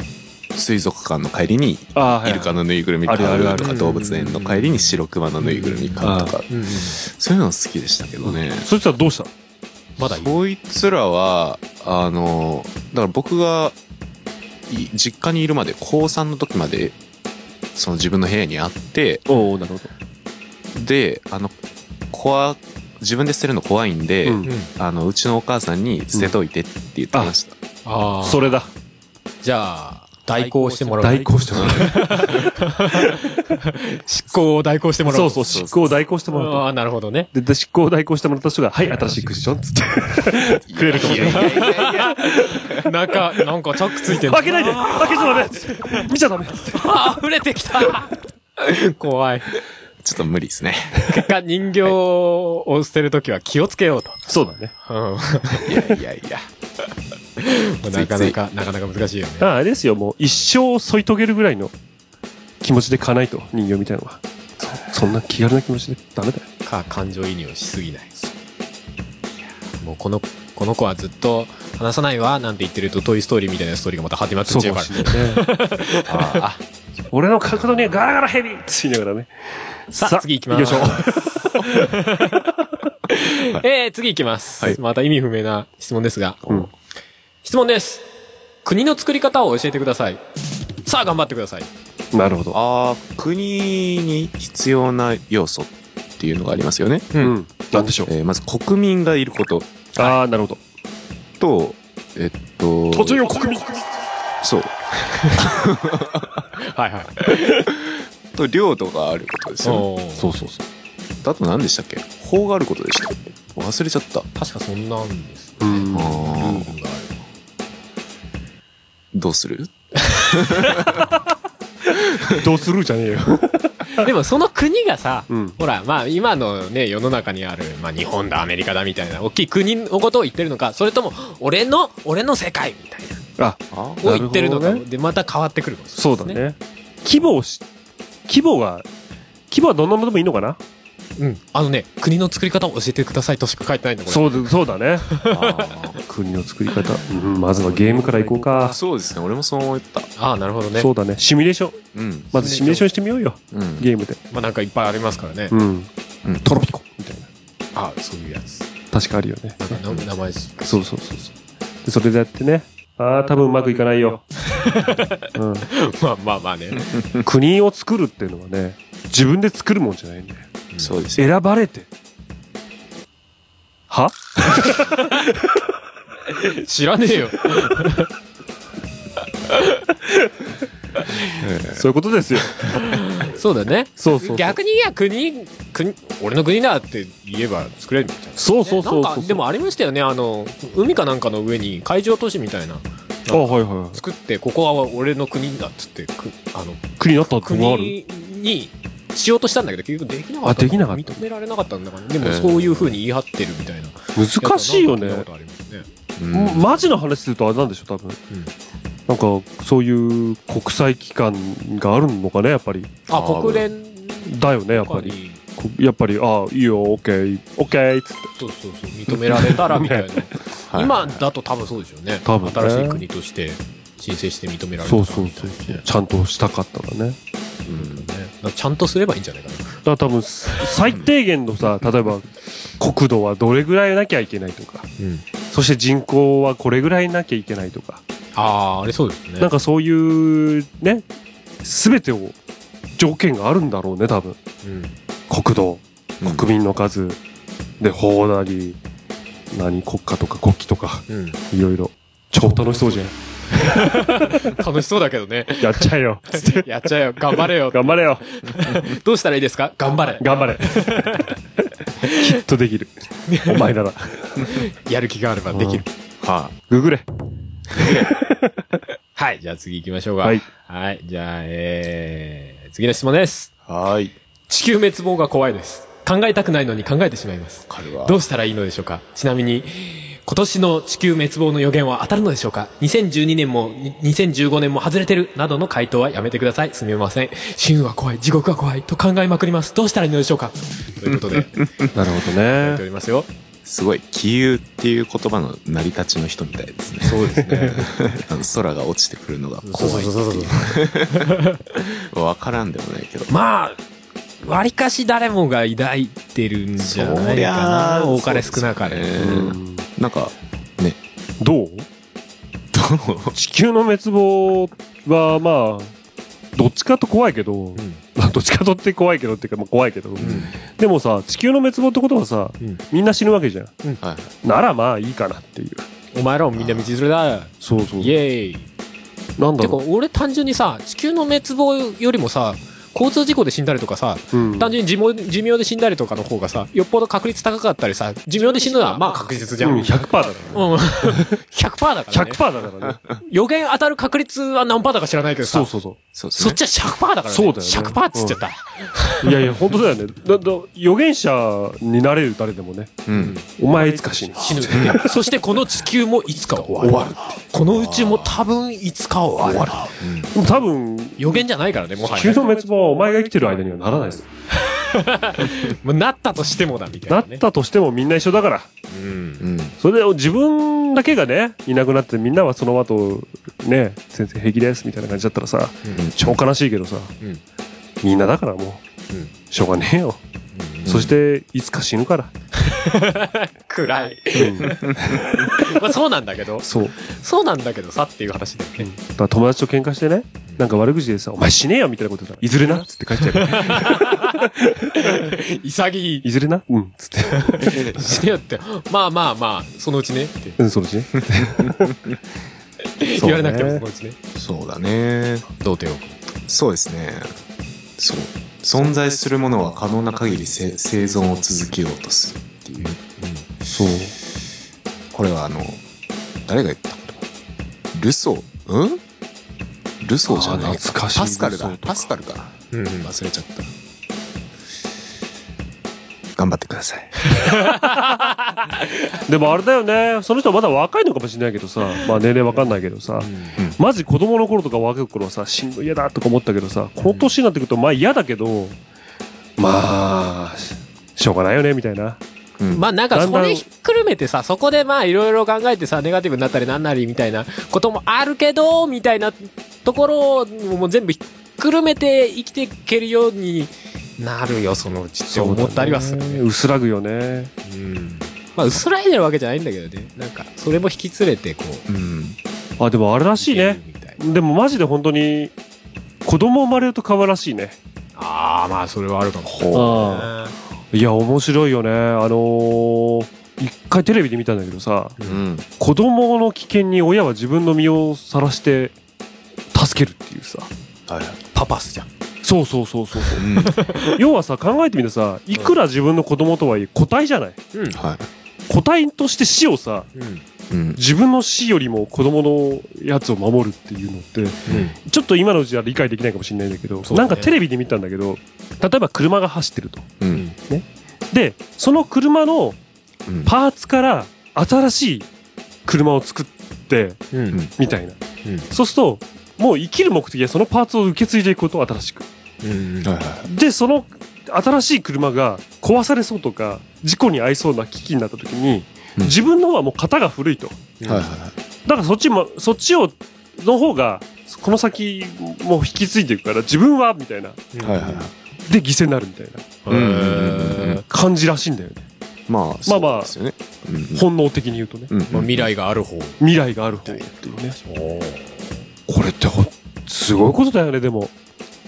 Speaker 3: 水族館の帰りに、
Speaker 2: ああ、は
Speaker 3: イルカのぬいぐるみ買うとか、
Speaker 2: あるある
Speaker 1: ある
Speaker 3: 動物園の帰りに白熊のぬいぐるみ買うとか、
Speaker 1: うんうん
Speaker 3: そういうの好きでしたけどね。
Speaker 2: そしたらどうしたの
Speaker 1: まだいい。
Speaker 3: こいつらは、あの、だから僕が、い実家にいるまで、高3の時まで、その自分の部屋にあって、
Speaker 2: おおなるほど。
Speaker 3: で、あの、怖、自分で捨てるの怖いんで、
Speaker 2: うん
Speaker 3: あの、うちのお母さんに捨てといてって言ってました。
Speaker 1: ああ。
Speaker 2: それだ。
Speaker 1: じゃあ、代行してもらう。
Speaker 2: 代行してもらう。
Speaker 1: 執行を代行してもらう。
Speaker 2: そうそう、執行を代行してもら
Speaker 1: あ
Speaker 2: う
Speaker 1: あ、なるほどね。
Speaker 2: と。でで、執行を代行してもらった人が、はい、新しいク ッションっつって。くれるかもしれない。
Speaker 1: なんか、なんかチャックついてる。
Speaker 2: 開けないで開けちゃダメっつって見ちゃダメっつって。
Speaker 1: あ、溢れてきた怖い。
Speaker 3: ちょっと無理ですね。
Speaker 1: 結果、人形を捨てるときは気をつけようと。
Speaker 2: そうだね。
Speaker 1: う
Speaker 3: いやいやいや。
Speaker 1: ん。 なかなか、なかなか難しいよね。
Speaker 2: あれですよ、もう一生添い遂げるぐらいの気持ちで買わないと、人形みたいなのは。そそんな気軽な気持ちでダメだよ。
Speaker 1: か、感情移入をしすぎない。もうこの、この子はずっと話さないわ、なんて言ってると、トイストーリーみたいなストーリーがまた始まっちゃ
Speaker 2: そううか
Speaker 1: か
Speaker 2: も
Speaker 1: ら
Speaker 2: し。れないね。
Speaker 3: あ
Speaker 2: 俺の角度にはガラガラヘビって言いながらね。
Speaker 1: さあ次行きます
Speaker 2: よいしょ。
Speaker 1: えー、次行きます、
Speaker 3: はい
Speaker 1: また意味不明な質問ですが。
Speaker 2: うん
Speaker 1: 質問です。国の作り方を教えてください。さあ、頑張ってください。
Speaker 2: なるほど。
Speaker 3: あー、国に必要な要素っていうのがありますよね。
Speaker 1: う
Speaker 2: うんん。なんでしょう。
Speaker 3: えーまず国民がいること
Speaker 2: ああ、なるほど。
Speaker 3: と、えっと、
Speaker 2: を国民。
Speaker 3: そう。
Speaker 1: はいはい。
Speaker 3: と、領土があることですよね。
Speaker 1: おー
Speaker 2: そうそうそ
Speaker 3: あと何でしたっけ法があることでしたっけ忘れちゃった。
Speaker 1: 確かそんなんです。
Speaker 2: う。うん。
Speaker 3: あーどうする
Speaker 2: どうするじゃねえよ。
Speaker 1: でもその国がさ、
Speaker 2: うん。
Speaker 1: ほら、まあ今のね、世の中にある、まあ日本だ、アメリカだみたいな、大きい国のことを言ってるのか、それとも、俺の、俺の世界みたい
Speaker 2: あ、
Speaker 3: あ
Speaker 1: な、を言ってるの
Speaker 2: な
Speaker 1: か、
Speaker 2: るほ
Speaker 1: で、また変わってくるかもしれ
Speaker 2: そ
Speaker 1: な
Speaker 2: う
Speaker 1: いで
Speaker 2: だ
Speaker 1: すね。
Speaker 2: ね。規模をし、規模は、規模はどんなものでもいいのかな
Speaker 1: うん。あのね、国の作り方を教えてくださいとしか書いてないんだ、これ。
Speaker 2: そうだ、そうだね。
Speaker 3: あ
Speaker 2: 国の作り方。うんまずはゲームからいこうか
Speaker 3: ー。そうですね。俺もそう思った。
Speaker 1: ああ、なるほどね。
Speaker 2: そうだね。シミュレーション。
Speaker 3: うん。
Speaker 2: まずシミュレーションしてみようよ。
Speaker 3: うん。
Speaker 2: ゲームで。
Speaker 1: まあなんかいっぱいありますからね。
Speaker 2: うん。
Speaker 3: うん
Speaker 2: トロピコみたいな。
Speaker 1: ああ、そういうやつ。
Speaker 2: 確かあるよね。
Speaker 1: なんかな名前です。
Speaker 2: そうそうそうそう。で、それでやってね。ああ、多分うまくいかない よ。う
Speaker 1: まあ まあまあね。
Speaker 2: ん。国を作るっていうのはね、自分で作るもんじゃないんだよ。
Speaker 3: そうですよ。
Speaker 2: 選ばれて。は
Speaker 1: 知らねえよ。
Speaker 2: そういうことですよ。
Speaker 1: そうだね。
Speaker 2: そうそうそう。
Speaker 1: 逆にいや国国俺の国だって言えば作れるみたいな。
Speaker 2: そうそうそうそう。
Speaker 1: なんかでもありましたよねあの海かなんかの上に海上都市みたいな
Speaker 3: あ、はいは
Speaker 1: 作ってここは俺の国だっつってくあの
Speaker 2: 国になったことがある
Speaker 1: 国にしようとしたんだけど結局できなかった
Speaker 2: あできなかった
Speaker 1: 認められなかったんだからねで
Speaker 3: へ
Speaker 1: も
Speaker 3: ー
Speaker 1: そういうふうに言い張ってるみたいな
Speaker 2: 難しいよね
Speaker 1: やつはなんか聞たことありますね
Speaker 3: い。うん
Speaker 2: うんマジの話するとあれなんでしょ多分、なんかそういう国際機関があるのかねやっぱり
Speaker 1: あ
Speaker 3: あー
Speaker 1: 国連
Speaker 2: だよねやっ
Speaker 1: と
Speaker 2: ぱ
Speaker 1: か
Speaker 2: り
Speaker 1: に
Speaker 2: こやっぱりあいいよオッケーオッケーっつって
Speaker 1: そうそうそう認められたらみたいな
Speaker 3: はい
Speaker 1: 今だと多分そうでしょうね
Speaker 2: 多分ね
Speaker 1: 新しい国として申請して認められた
Speaker 2: そ
Speaker 1: ら
Speaker 2: う
Speaker 1: みたい
Speaker 2: そう
Speaker 1: な
Speaker 2: そうそう
Speaker 1: ね
Speaker 2: ちゃんとしたかったらね
Speaker 3: うん
Speaker 1: ねだからちゃんとすればいいんじゃないかな
Speaker 2: だから多分す最低限のさ例えば国土はどれぐらいなきゃいけないとかそして人口はこれぐらいなきゃいけないとか
Speaker 1: ああーあれそうですね
Speaker 2: なんかそういうね全てを条件があるんだろうね多分
Speaker 1: うん
Speaker 2: 国土国民の数で法なり何国家とか国旗とか
Speaker 1: うん
Speaker 2: いろいろ超楽しそうじゃん
Speaker 1: 楽しそうだけどね
Speaker 2: やっちゃえよつっ て
Speaker 1: やっちゃえよ頑張れよ
Speaker 2: 頑張れよ
Speaker 1: どうしたらいいですか頑張れ
Speaker 2: 頑張れきっとできるお前なら
Speaker 1: やる気があればできる
Speaker 3: は
Speaker 2: ググれ
Speaker 1: はいじゃあ次行きましょうか
Speaker 2: はい
Speaker 1: はいじゃあえー、次の質問です
Speaker 3: い。はーい。
Speaker 1: 地球滅亡が怖いです考えたくないのに考えてしまいます
Speaker 3: 彼は
Speaker 1: どうしたらいいのでしょうかちなみに、今年の地球滅亡の予言は当たるのでしょうか ?2012 年も、に2015年も外れてる、などの回答はやめてください。すみません。死ぬは怖い、地獄は怖い、と考えまくります。どうしたらいいのでしょうかということで、言っ
Speaker 2: なるほど
Speaker 1: てお
Speaker 2: ね
Speaker 1: りますよ。
Speaker 3: すごい、気流っていう言葉の成り立ちの人みたいですね。
Speaker 1: そうですね。
Speaker 3: あの空が落ちてくるのが
Speaker 1: そうそ
Speaker 3: 怖
Speaker 1: う
Speaker 3: い
Speaker 1: そうそう
Speaker 3: っていう。 わからんでもないけど。
Speaker 1: まあ、割かし誰もが抱いてるんじゃないかな。
Speaker 3: そりゃ
Speaker 1: 多かれ少なかれ。
Speaker 3: そうですね
Speaker 2: うん
Speaker 3: なんか、ね、
Speaker 2: どう
Speaker 3: どう
Speaker 2: 地球の滅亡はまあどっちかと怖いけど、
Speaker 1: ん
Speaker 2: まあどっちかとって怖いけどっていうか、まあ、怖いけど、でもさ地球の滅亡ってことはさ、
Speaker 1: うん
Speaker 2: みんな死ぬわけじゃん
Speaker 3: はい。
Speaker 2: ならまあいいかなっていう
Speaker 1: お前らもみんな道連れだ。
Speaker 2: そうそ
Speaker 1: イエーイ。
Speaker 2: なんだ
Speaker 1: てか
Speaker 2: ろ
Speaker 1: 俺単純にさ地球の滅亡よりもさ交通事故で死んだりとかさ
Speaker 2: う、うん
Speaker 1: 単純に寿命寿命で死んだりとかの方がさよっぽど確率高かったりさ寿命で死ぬのはまあ確実じゃん、
Speaker 2: うん、
Speaker 1: うん、100%
Speaker 2: 100%
Speaker 1: だから、
Speaker 2: だからね
Speaker 1: ね、
Speaker 2: 100%だからね
Speaker 1: 予言当たる確率は何パーだか知らないけどさ
Speaker 2: そうそうそ
Speaker 3: そうです
Speaker 1: そ
Speaker 3: ね
Speaker 1: っ。ちは100%だから、ね、
Speaker 2: そうだよね
Speaker 1: 100%っつっちゃった、
Speaker 2: ういやいや本当だよね だだ予言者になれる誰でもね
Speaker 3: うん。
Speaker 2: お前いつか死ぬ
Speaker 1: 死ぬってそしてこの地球もいつか終わるこの宇宙も多分いつか終わる
Speaker 2: 多分
Speaker 1: 予言じゃないからねもは
Speaker 2: 地
Speaker 1: や
Speaker 2: 球
Speaker 1: ね、
Speaker 2: の滅亡はお前が生きてる間にはならないです、
Speaker 1: まあなったとしてもだみたい
Speaker 2: な
Speaker 1: な、
Speaker 2: っ
Speaker 1: ね、
Speaker 2: たとしてもみんな一緒だから
Speaker 1: うん
Speaker 3: うん。
Speaker 2: それで自分だけがねいなくなってみんなはその後ね先生平気ですみたいな感じだったらさ、
Speaker 1: うん
Speaker 2: 超悲しいけどさ、
Speaker 1: うん
Speaker 2: みんなだからもう、
Speaker 1: うん
Speaker 2: しょうがねえよ、
Speaker 3: ん
Speaker 2: そしていつか死ぬから、
Speaker 1: 暗い
Speaker 2: うん
Speaker 1: まあそうなんだけど
Speaker 2: そう
Speaker 1: そうなんだけどさっていう話だよ
Speaker 2: う
Speaker 1: ね。
Speaker 2: んだから友達と喧嘩してね、なんか悪口でさ、お前死ねえよみたいなこと言ったら、いずれなっつって書いてある。
Speaker 1: 潔い。
Speaker 2: いずれなうん、つって。
Speaker 1: してよって。まあまあまあ、そのうちねって
Speaker 2: うん、そうですね。
Speaker 1: 言われなくてもそのうちね。
Speaker 3: そうだね。
Speaker 1: 童貞を。
Speaker 3: そうですね。そう。存在するものは可能な限りせ生存を続けようとするっていう。
Speaker 2: そう。
Speaker 3: これはあの、誰が言ったことルソー、んルソーじゃない
Speaker 2: あー懐かしい
Speaker 3: パスカルだ
Speaker 2: ルソー。とか
Speaker 3: パスカルかな。
Speaker 1: うんうん
Speaker 3: 忘れちゃった。頑張ってください。
Speaker 2: でもあれだよね、その人はまだ若いのかもしれないけどさ、まあ年齢わかんないけどさ、マジ子供の頃とか若い頃はさ、しんどい嫌だとか思ったけどさ、この年になってくると、まあ嫌だけど、まあ、ししょうがないよね、みたいな。
Speaker 3: うん
Speaker 1: まあなん
Speaker 2: だ
Speaker 1: か
Speaker 2: んだ
Speaker 1: そ
Speaker 2: ん
Speaker 1: れひっくるめてさ、そこでまあいろいろ考えてさ、ネガティブになったりなんなりみたいなこともあるけど、みたいなところをもう全部ひっくるめて生きていけるようになるよ、そのうちって思ったりはするね。
Speaker 2: 薄らぐよね。
Speaker 1: うんまあ薄らいでるわけじゃないんだけどね。なんか、それも引き連れてこう。
Speaker 3: うん。
Speaker 2: あ、でもあれらしいね。
Speaker 1: みたいな。
Speaker 2: でもマジで本当に、子供生まれると変わるらしいね。
Speaker 1: ああ、まあそれはあるかも。
Speaker 2: うんいや面白いよねあのー一回テレビで見たんだけどさ
Speaker 3: うん。
Speaker 2: 子供の危険に親は自分の身をさらして助けるっていうさ
Speaker 3: はい。
Speaker 1: パパスじゃん。
Speaker 2: そうそうそうそうそう
Speaker 3: うん。は
Speaker 2: 要はさ考えてみてさいくら自分の子供とはいえ個体じゃない
Speaker 1: うん。
Speaker 3: い。
Speaker 2: 個体として死をさ、
Speaker 1: うん
Speaker 3: うん。
Speaker 2: 自分の死よりも子供のやつを守るっていうのって、ちょっと今のうちは理解できないかもしれないんだけど、
Speaker 1: そうね
Speaker 2: なんかテレビで見たんだけど、例えば車が走ってると。
Speaker 3: うん。
Speaker 2: で、その車の
Speaker 3: うん。
Speaker 2: パーツから新しい車を作って、
Speaker 1: うん
Speaker 2: みたいな。
Speaker 1: うん
Speaker 2: そうすると、もう生きる目的はそのパーツを受け継いでいくこと、新しく。
Speaker 1: うん
Speaker 3: はいは
Speaker 2: で、その新しい車が壊されそうとか、事故に遭いそうな危機になった時に、
Speaker 3: うん
Speaker 2: 自分の方はもう型が古いと。
Speaker 3: いはいは
Speaker 2: だからそっちも、そっちを、の方が、この先も引き継いでいくから、自分は、みたいな。
Speaker 3: いはいはいはい。
Speaker 2: で、犠牲になるみたいな
Speaker 3: うんうんうんうん
Speaker 2: 感じらしいんだよね。
Speaker 3: まあ、
Speaker 2: まあ
Speaker 3: そう
Speaker 2: まあ
Speaker 3: ですよね。
Speaker 2: 本能的に言うとね。
Speaker 3: うんうん
Speaker 1: まあ未来がある方
Speaker 2: 未来がある方っていうね。これってほ、すごいことだよね、でも。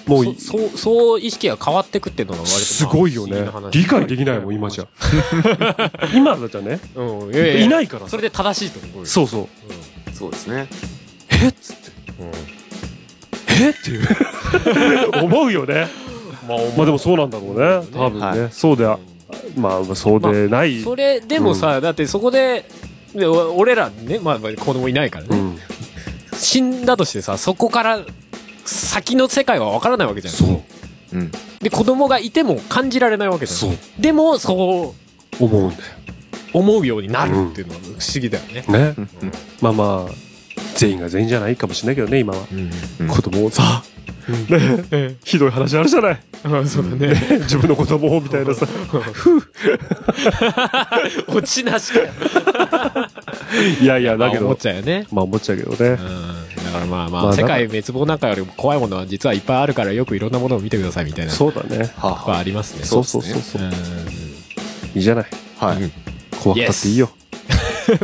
Speaker 2: もうい、
Speaker 1: そそうそう意識が変わってくっていうのが割とまあ
Speaker 2: すごいよね
Speaker 1: 不思議。
Speaker 2: 理
Speaker 1: 話
Speaker 2: 解できないもん、今じゃ。 今だじゃね、
Speaker 1: うんいやいや
Speaker 2: いないから
Speaker 1: そ
Speaker 2: さ
Speaker 1: れ。で正しいと思うよ
Speaker 2: そうそう。
Speaker 3: そうですね。
Speaker 2: えっつって。
Speaker 1: うん
Speaker 2: えっていう思うよねまあ、でもそうなんだろうね多分ね、
Speaker 3: は
Speaker 2: そうであまあそうでない、
Speaker 1: それでもさ、だってそこででお俺らね、まあ、まあ子供いないから
Speaker 2: う
Speaker 1: ね、
Speaker 2: ん、
Speaker 1: 死んだとしてさそこから先の世界は分からないわけじゃん
Speaker 2: そう
Speaker 3: うん。
Speaker 1: で子供がいても感じられないわけじゃん
Speaker 2: そう
Speaker 1: でもそう
Speaker 2: 思うんだ
Speaker 1: 思うようになるっていうのは不思議だよね、
Speaker 2: よね
Speaker 3: うんうん
Speaker 2: まあまあ全員が全員じゃないかもしれないけどね今は、
Speaker 3: うん
Speaker 2: 子供をさ、ね、ひどい話あるじゃ ない
Speaker 1: そうだね
Speaker 2: 自分の子供をみたいなさ
Speaker 1: 落ちなしかよ
Speaker 2: いやいやだけ
Speaker 1: 思っ
Speaker 2: ど
Speaker 1: ちゃうよね
Speaker 2: まあ思っちゃうけどね
Speaker 1: うんだからまあまあ、
Speaker 2: まあ
Speaker 1: 世界滅亡なんかよりも怖いものは実はいっぱいあるからよくいろんなものを見てくださいみたいなと
Speaker 2: そうだね
Speaker 3: はあ
Speaker 1: こ
Speaker 3: は
Speaker 1: はありますね
Speaker 2: そうう
Speaker 3: そ
Speaker 2: そうう
Speaker 3: そ
Speaker 2: そううそう
Speaker 1: う
Speaker 2: いいじゃない
Speaker 3: あ。はい。
Speaker 2: 怖かったっていいよ、
Speaker 1: ん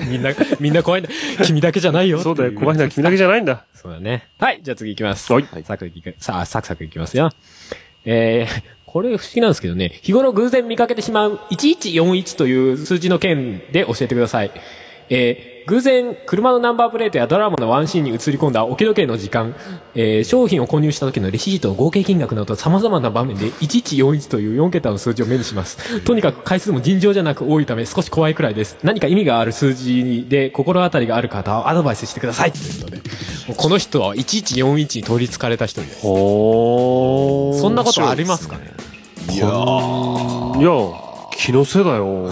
Speaker 1: みんなみんな怖いんだ君だけじゃないよ
Speaker 2: そうだよ怖い
Speaker 1: い
Speaker 2: のは君だけじゃないんだ
Speaker 1: そうだねはいじゃあ次いきます
Speaker 2: はい
Speaker 1: サクいくさあサクサクいきますよえー、これ不思議なんですけどね日頃偶然見かけてしまう1141という数字の件で教えてくださいえー、偶然、車のナンバープレートやドラマのワンシーンに映り込んだおけ時計の時間、えー商品を購入した時のレシート、合計金額など様々な場面で1141という4桁の数字を目にします。とにかく回数も尋常じゃなく多いため少し怖いくらいです。何か意味がある数字で心当たりがある方はアドバイスしてください。ということで、もうこの人は1141に取り憑かれた人です。
Speaker 2: ほ
Speaker 1: そんなことありますかね
Speaker 3: いやー
Speaker 2: いや気のせいだよ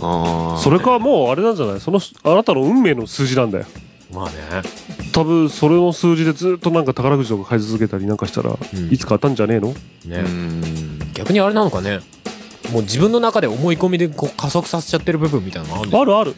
Speaker 3: あー
Speaker 2: それかもうあれなんじゃないそのあなたの運命の数字なんだよ
Speaker 1: まあね。
Speaker 2: 多分それの数字でずっとなんか宝くじとか買い続けたりなんかしたら、
Speaker 1: ん
Speaker 2: いつか当たんじゃねえの
Speaker 1: ね
Speaker 3: う。ん。
Speaker 1: 逆にあれなのかねもう自分の中で思い込みでこう加速させちゃってる部分みたいなのあるんでしょ
Speaker 2: あるある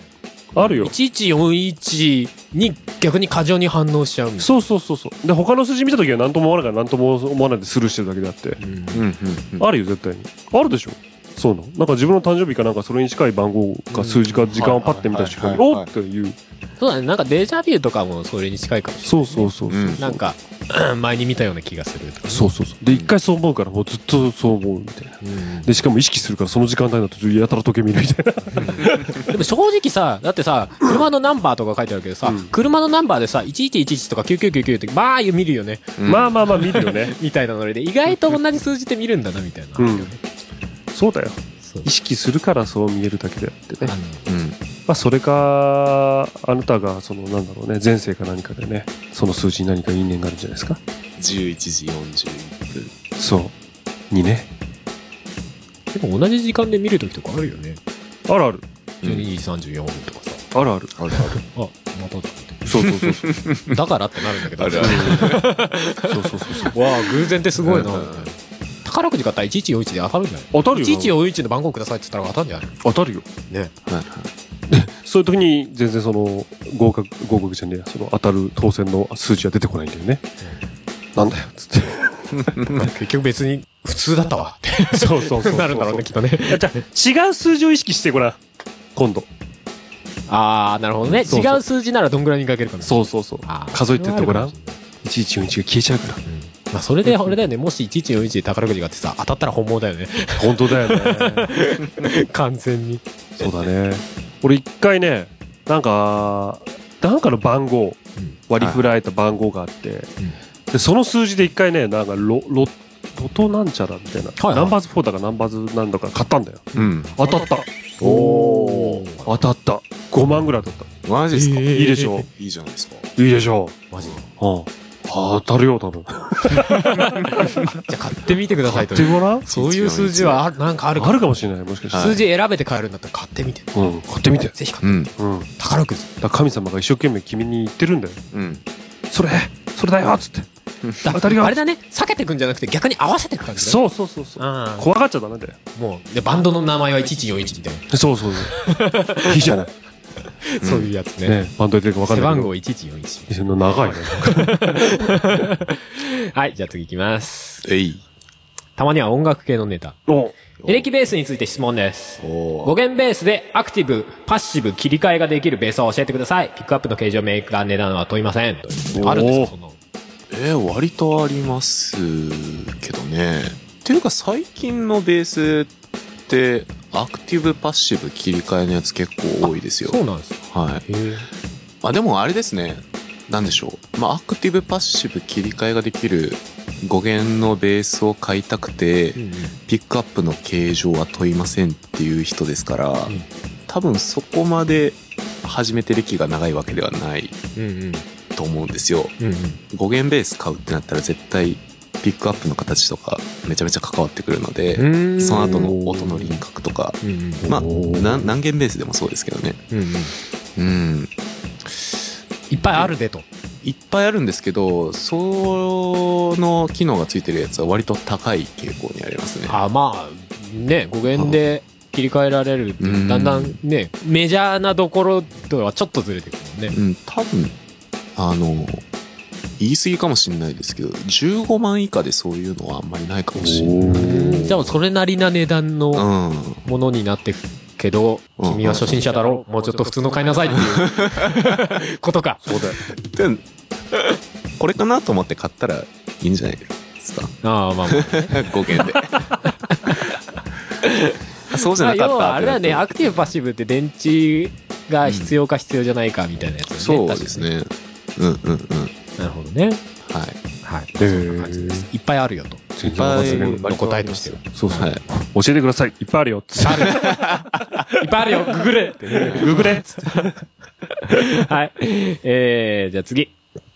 Speaker 2: あるよ
Speaker 1: 1141に逆に過剰に反応しちゃうんです
Speaker 2: そうそうそうそうで他の数字見た時は何とも思わないから何とも思わないでスルーしてるだけであって、
Speaker 1: うん
Speaker 3: うんうんうん。
Speaker 2: あるよ絶対にあるでしょそうなのなんか自分の誕生日かなんかそれに近い番号か数字か時間をパッて見た瞬間に
Speaker 3: はいはい
Speaker 2: おっっていう
Speaker 1: そうだねなんかデジャビューとかもそれに近いかもしれ
Speaker 2: そうそうそうそう、
Speaker 3: うん
Speaker 1: ないなんか 前に見たような気がするとかね
Speaker 2: そうそうそうで一回そう思うからもうずっとそう思うみたいな
Speaker 1: うん
Speaker 2: でしかも意識するからその時間帯だとやたら時計見るみたいな
Speaker 1: でも正直さだってさ車のナンバーとか書いてあるけどさ、
Speaker 2: うん
Speaker 1: 車のナンバーでさ1111とか9999ってまあ見るよね
Speaker 3: うん
Speaker 2: まあまあまあ見るよ ね
Speaker 1: みたいなので意外と同じ数字って見るんだなみたいな、
Speaker 2: うんそうだよ
Speaker 1: そう
Speaker 2: 意識するからそう見えるだけであって
Speaker 1: あ
Speaker 2: ね
Speaker 1: の
Speaker 3: うん。
Speaker 2: まあそれかあなたがそのなんだろうね前世か何かでねその数字に何か因縁があるんじゃないですか
Speaker 3: 11時41分。
Speaker 2: そうにね
Speaker 1: でも同じ時間で見るときとかあるよね
Speaker 2: あるある
Speaker 1: 12時34分とかさ
Speaker 2: あるある
Speaker 3: あるある。
Speaker 1: あまただ
Speaker 2: そうそうそうそう
Speaker 1: だからってなるんだけど
Speaker 3: あるある。
Speaker 2: そうそうそうそう
Speaker 1: わあ偶然ってすごいな、
Speaker 3: うん
Speaker 1: 宝くじ買ったら1141で当たるんじゃない
Speaker 2: 当た るよな
Speaker 1: ?1141 の番号くださいって言ったら当たるんじゃない
Speaker 2: 当たるよ
Speaker 1: ね
Speaker 2: そういう時に全然その合格合格じゃねえやその当たる当選の数字は出てこないんだよね、なんだよつって
Speaker 1: 結局別に普通だった わっ
Speaker 2: そうそう
Speaker 1: てなるんだろうねきっとね
Speaker 2: いやじゃあ違う数字を意識してごらん今度
Speaker 1: ああなるほどね
Speaker 2: そうそう
Speaker 1: 違う数字ならどんぐらいにかけるかな
Speaker 2: そうそうそう
Speaker 1: あー
Speaker 2: 数えてってごらん
Speaker 1: それはあるかもし
Speaker 2: 1141が消えちゃうから
Speaker 1: まあそれであれだよねもし1141で宝くじがあってさ当たったら本物だよね
Speaker 2: 本当だよね
Speaker 1: 完全に
Speaker 2: そうだね 俺一回ねなんかなんかの番号
Speaker 1: うん
Speaker 2: 割り振られた番号があって、でその数字で一回ねなんかロロトトなんちゃらみたいな、
Speaker 1: はい
Speaker 2: ナンバーズ4だかナンバーズなんだか買ったんだよ
Speaker 3: うん。
Speaker 2: 当たった
Speaker 1: おー
Speaker 2: 当たった5万ぐらい当たっ
Speaker 3: マジですか、
Speaker 1: え
Speaker 2: た
Speaker 1: ー
Speaker 2: いいでしょ
Speaker 3: いいじゃないですか。
Speaker 2: ういいでしょ
Speaker 1: マジで
Speaker 2: う、うん、当たるよ多分
Speaker 1: じゃあ買ってみてくださ
Speaker 2: 買っ
Speaker 1: いと
Speaker 2: て
Speaker 1: いう
Speaker 2: ごらん
Speaker 1: そういう数字はあなんかあるか
Speaker 2: あるかもしれないもしかしたら、
Speaker 1: 数字選べて買えるんだったら買ってみて
Speaker 2: うん、買ってみて
Speaker 1: ぜひ買って
Speaker 3: うん。
Speaker 2: うんだ
Speaker 1: 宝くじ
Speaker 2: から神様が一生懸命君に言ってるんだよ
Speaker 3: うん。
Speaker 2: それそれだよっつって
Speaker 1: だ
Speaker 2: 当たりが
Speaker 1: あれだね避けてくんじゃなくて逆に合わせてく感じだね
Speaker 2: そうそうそうそう
Speaker 1: あー
Speaker 2: 怖がっちゃダメだよ
Speaker 1: もうでバンドの名前は1141みたい
Speaker 2: そうそうそう いいじゃない
Speaker 1: なそういうやつね
Speaker 2: ねバンドやってるか分かん
Speaker 1: 背
Speaker 2: ないけ
Speaker 1: 番
Speaker 2: ど
Speaker 1: 号1141
Speaker 2: 一緒の長いね
Speaker 1: はいじゃあ次いきます
Speaker 3: えい。
Speaker 1: たまには音楽系のネタ
Speaker 2: お
Speaker 1: エレキベースについて質問です
Speaker 3: お
Speaker 1: 5弦ベースでアクティブ、パッシブ、切り替えができるベースを教えてください。ピックアップの形状、メーカー、値段は問いません。というあるんですかそんなの
Speaker 3: えー割とありますけどね。っていうか最近のベースって、アクティブ、パッシブ切り替えのやつ結構多いですよ。
Speaker 1: そうなんですよ。
Speaker 3: はい。
Speaker 1: へー
Speaker 3: まあでもあれですね。なんでしょう。まあアクティブ、パッシブ切り替えができる語源のベースを買いたくて、
Speaker 1: うんうん
Speaker 3: ピックアップの形状は問いませんっていう人ですから、
Speaker 1: ん
Speaker 3: 多分そこまで始めて歴が長いわけではない
Speaker 1: うんうん
Speaker 3: と思うんですよ。
Speaker 1: うんうん
Speaker 3: 5弦ベース買うってなったら絶対ピックアップの形とかめちゃめちゃ関わってくるので、
Speaker 1: うーん
Speaker 3: その後の音の輪郭とか、
Speaker 1: うんうん
Speaker 3: まあ、な何弦ベースでもそうですけどね。
Speaker 1: うんうん
Speaker 3: うん。
Speaker 1: いっぱいあるでと。
Speaker 3: いっぱいあるんですけど、その機能がついてるやつは割と高い傾向にありますね。
Speaker 1: あまあ、ね、語源で切り替えられるって
Speaker 3: うん
Speaker 1: だんだんね、メジャーなところとはちょっとずれてくるもんね。
Speaker 3: うん、多分、あの、言い過ぎかもしれないですけど、15万以下でそういうのはあんまりないかもしれない。
Speaker 1: じゃあそれなりな値段の
Speaker 3: うん。
Speaker 1: ものになってくけど、
Speaker 3: うん
Speaker 1: 君は初心者だろ、もうちょっと普通の買いな さいっていうことか。
Speaker 2: そうだよ
Speaker 3: でもこれかなと思って買ったらいいんじゃないですか。
Speaker 1: ああ、まあまあ。
Speaker 3: 5件で。 そうじゃ
Speaker 1: まあ
Speaker 3: なかった
Speaker 1: 要はあれだよ
Speaker 3: って
Speaker 1: ね、
Speaker 3: なっ
Speaker 1: アクティブパッシブって電池が必要か必要じゃないかみたいなやつだ
Speaker 3: て
Speaker 1: よね。
Speaker 3: そうです
Speaker 1: 確
Speaker 3: ね。うんうんうん。
Speaker 1: かに。なるほどね。
Speaker 3: はい。
Speaker 1: はい。
Speaker 2: へ
Speaker 1: そ
Speaker 2: ー
Speaker 1: んな感じです。いっぱいあるよと。
Speaker 2: い
Speaker 3: っぱい
Speaker 1: 自分
Speaker 3: 割とあ
Speaker 1: の
Speaker 3: ります
Speaker 1: 答えとしては。
Speaker 2: そうそう、
Speaker 3: はい
Speaker 2: 教えてくださいいっぱいあるよつって
Speaker 1: いっぱいあるよ、ググれ
Speaker 2: ググれ
Speaker 1: はい。えー、じゃあ次。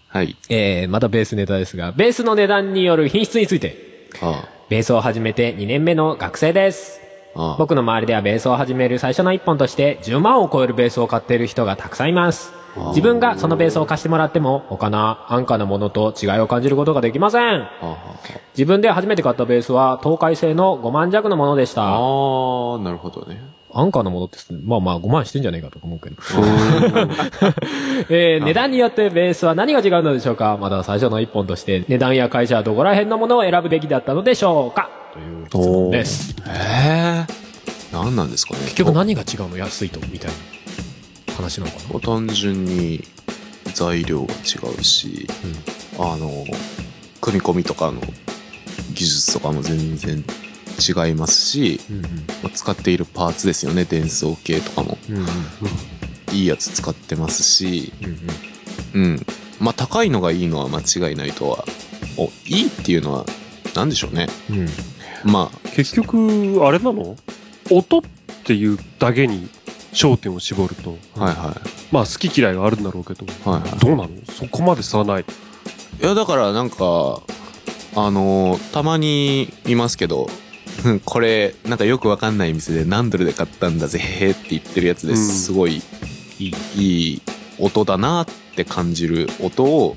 Speaker 3: はい。
Speaker 1: えー、またベースネタですが、ベースの値段による品質について。
Speaker 3: あ
Speaker 1: ベースを始めて2年目の学生です。
Speaker 3: あ。ああ。
Speaker 1: 僕の周りではベースを始める最初の一本として10万を超えるベースを買っている人がたくさんいます。自分がそのベースを貸してもらっても他の安価なものと違いを感じることができません。
Speaker 3: ああ
Speaker 1: 自分で初めて買ったベースは東海製の5万弱のものでし
Speaker 3: あ
Speaker 1: た。
Speaker 3: あ、なるほどね。
Speaker 1: 安価なものって、まあまあ5万してんじゃねえかと思うけど。えー値段によってベースは何が違うのでしょうかまだ最初の一本として値段や会社はどこら辺のものを選ぶべきだったのでしょうかという質問です。
Speaker 3: ええ。何なんですかね。
Speaker 1: 結局何が違うの安いとみたいな話なのかな
Speaker 3: お単純に材料が違うし、あの、組み込みとかの技術とかも全然違いますし、
Speaker 1: うん
Speaker 3: まあ使っているパーツですよね、伝送系とかも。
Speaker 1: うんうん
Speaker 3: いいやつ使ってますし、
Speaker 1: うんうん
Speaker 3: うん。まあ、高いのがいいのは間違いないとは。お、いいっていうのは、なんでしょうね。
Speaker 1: うん
Speaker 3: ま
Speaker 2: 結局あれなの音っていうだけに焦点を絞ると
Speaker 3: あ、はいはい。
Speaker 2: まあ好き嫌いはあるんだろうけど、
Speaker 3: はいは
Speaker 2: どうなのそこまで差はない
Speaker 3: い。いや、だからなんか、あのーたまにいますけど、うんこれ、なんかよくわかんない店で何ドルで買ったんだぜへーって言ってるやつで
Speaker 2: うん
Speaker 3: す。すごい、いい、いい音だなって感じる音を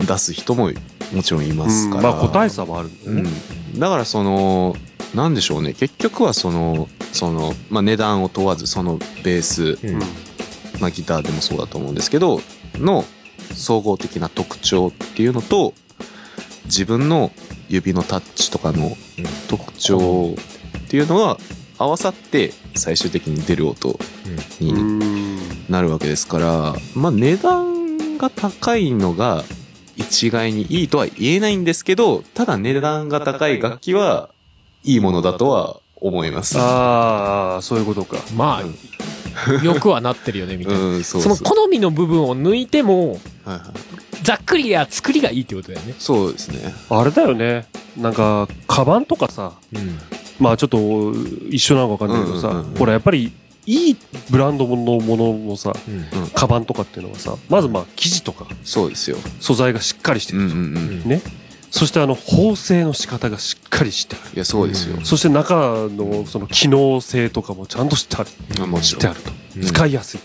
Speaker 3: 出す人ももちろんいますから。
Speaker 2: まあ答え差はあるんだよね、
Speaker 3: うん、だからそのなんでしょうね結局はそのその、まあ、値段を問わずそのベース、
Speaker 1: うん
Speaker 3: まあ、ギターでもそうだと思うんですけどの総合的な特徴っていうのと自分の指のタッチとか
Speaker 1: う
Speaker 3: の
Speaker 1: ん
Speaker 3: 特徴っていうのが合わさって最終的に出る音に
Speaker 2: うん
Speaker 3: なるわけですから、まあ、値段が高いのが一概にいいとは言えないんですけど、ただ値段が高い楽器はいいものだとは思います。
Speaker 2: ああそういうことか
Speaker 1: ま
Speaker 3: うん
Speaker 1: あ、よくはなってるよね、みたいな。
Speaker 3: うん、そう
Speaker 1: そ
Speaker 3: そう
Speaker 1: の好みの部分を抜いても、
Speaker 3: はいはい
Speaker 1: ざっくりや作りがいいってことだよね。
Speaker 3: そうですね。
Speaker 2: あれだよねなんか、カバンとかさ、
Speaker 1: うん
Speaker 2: まあちょっと一緒なのかわかんないけどさ、
Speaker 3: うんうんうん
Speaker 2: ほらやっぱりいいブランドのもののさ、
Speaker 1: うん
Speaker 2: カバンとかっていうのはさ、まずまあ生地とか
Speaker 3: そうですよ。
Speaker 2: 素材がしっかりして
Speaker 3: うん
Speaker 2: る
Speaker 3: うん
Speaker 2: じゃん。
Speaker 3: うん。
Speaker 2: ね。そしてあの縫製の仕方がしっかりしてある。
Speaker 3: いや、そうですよ。
Speaker 2: そして中のその機能性とかもちゃんとしてある。
Speaker 3: あもち
Speaker 2: し
Speaker 3: ろ
Speaker 2: て
Speaker 3: ん
Speaker 2: あると。
Speaker 1: うん
Speaker 2: 使いやすい。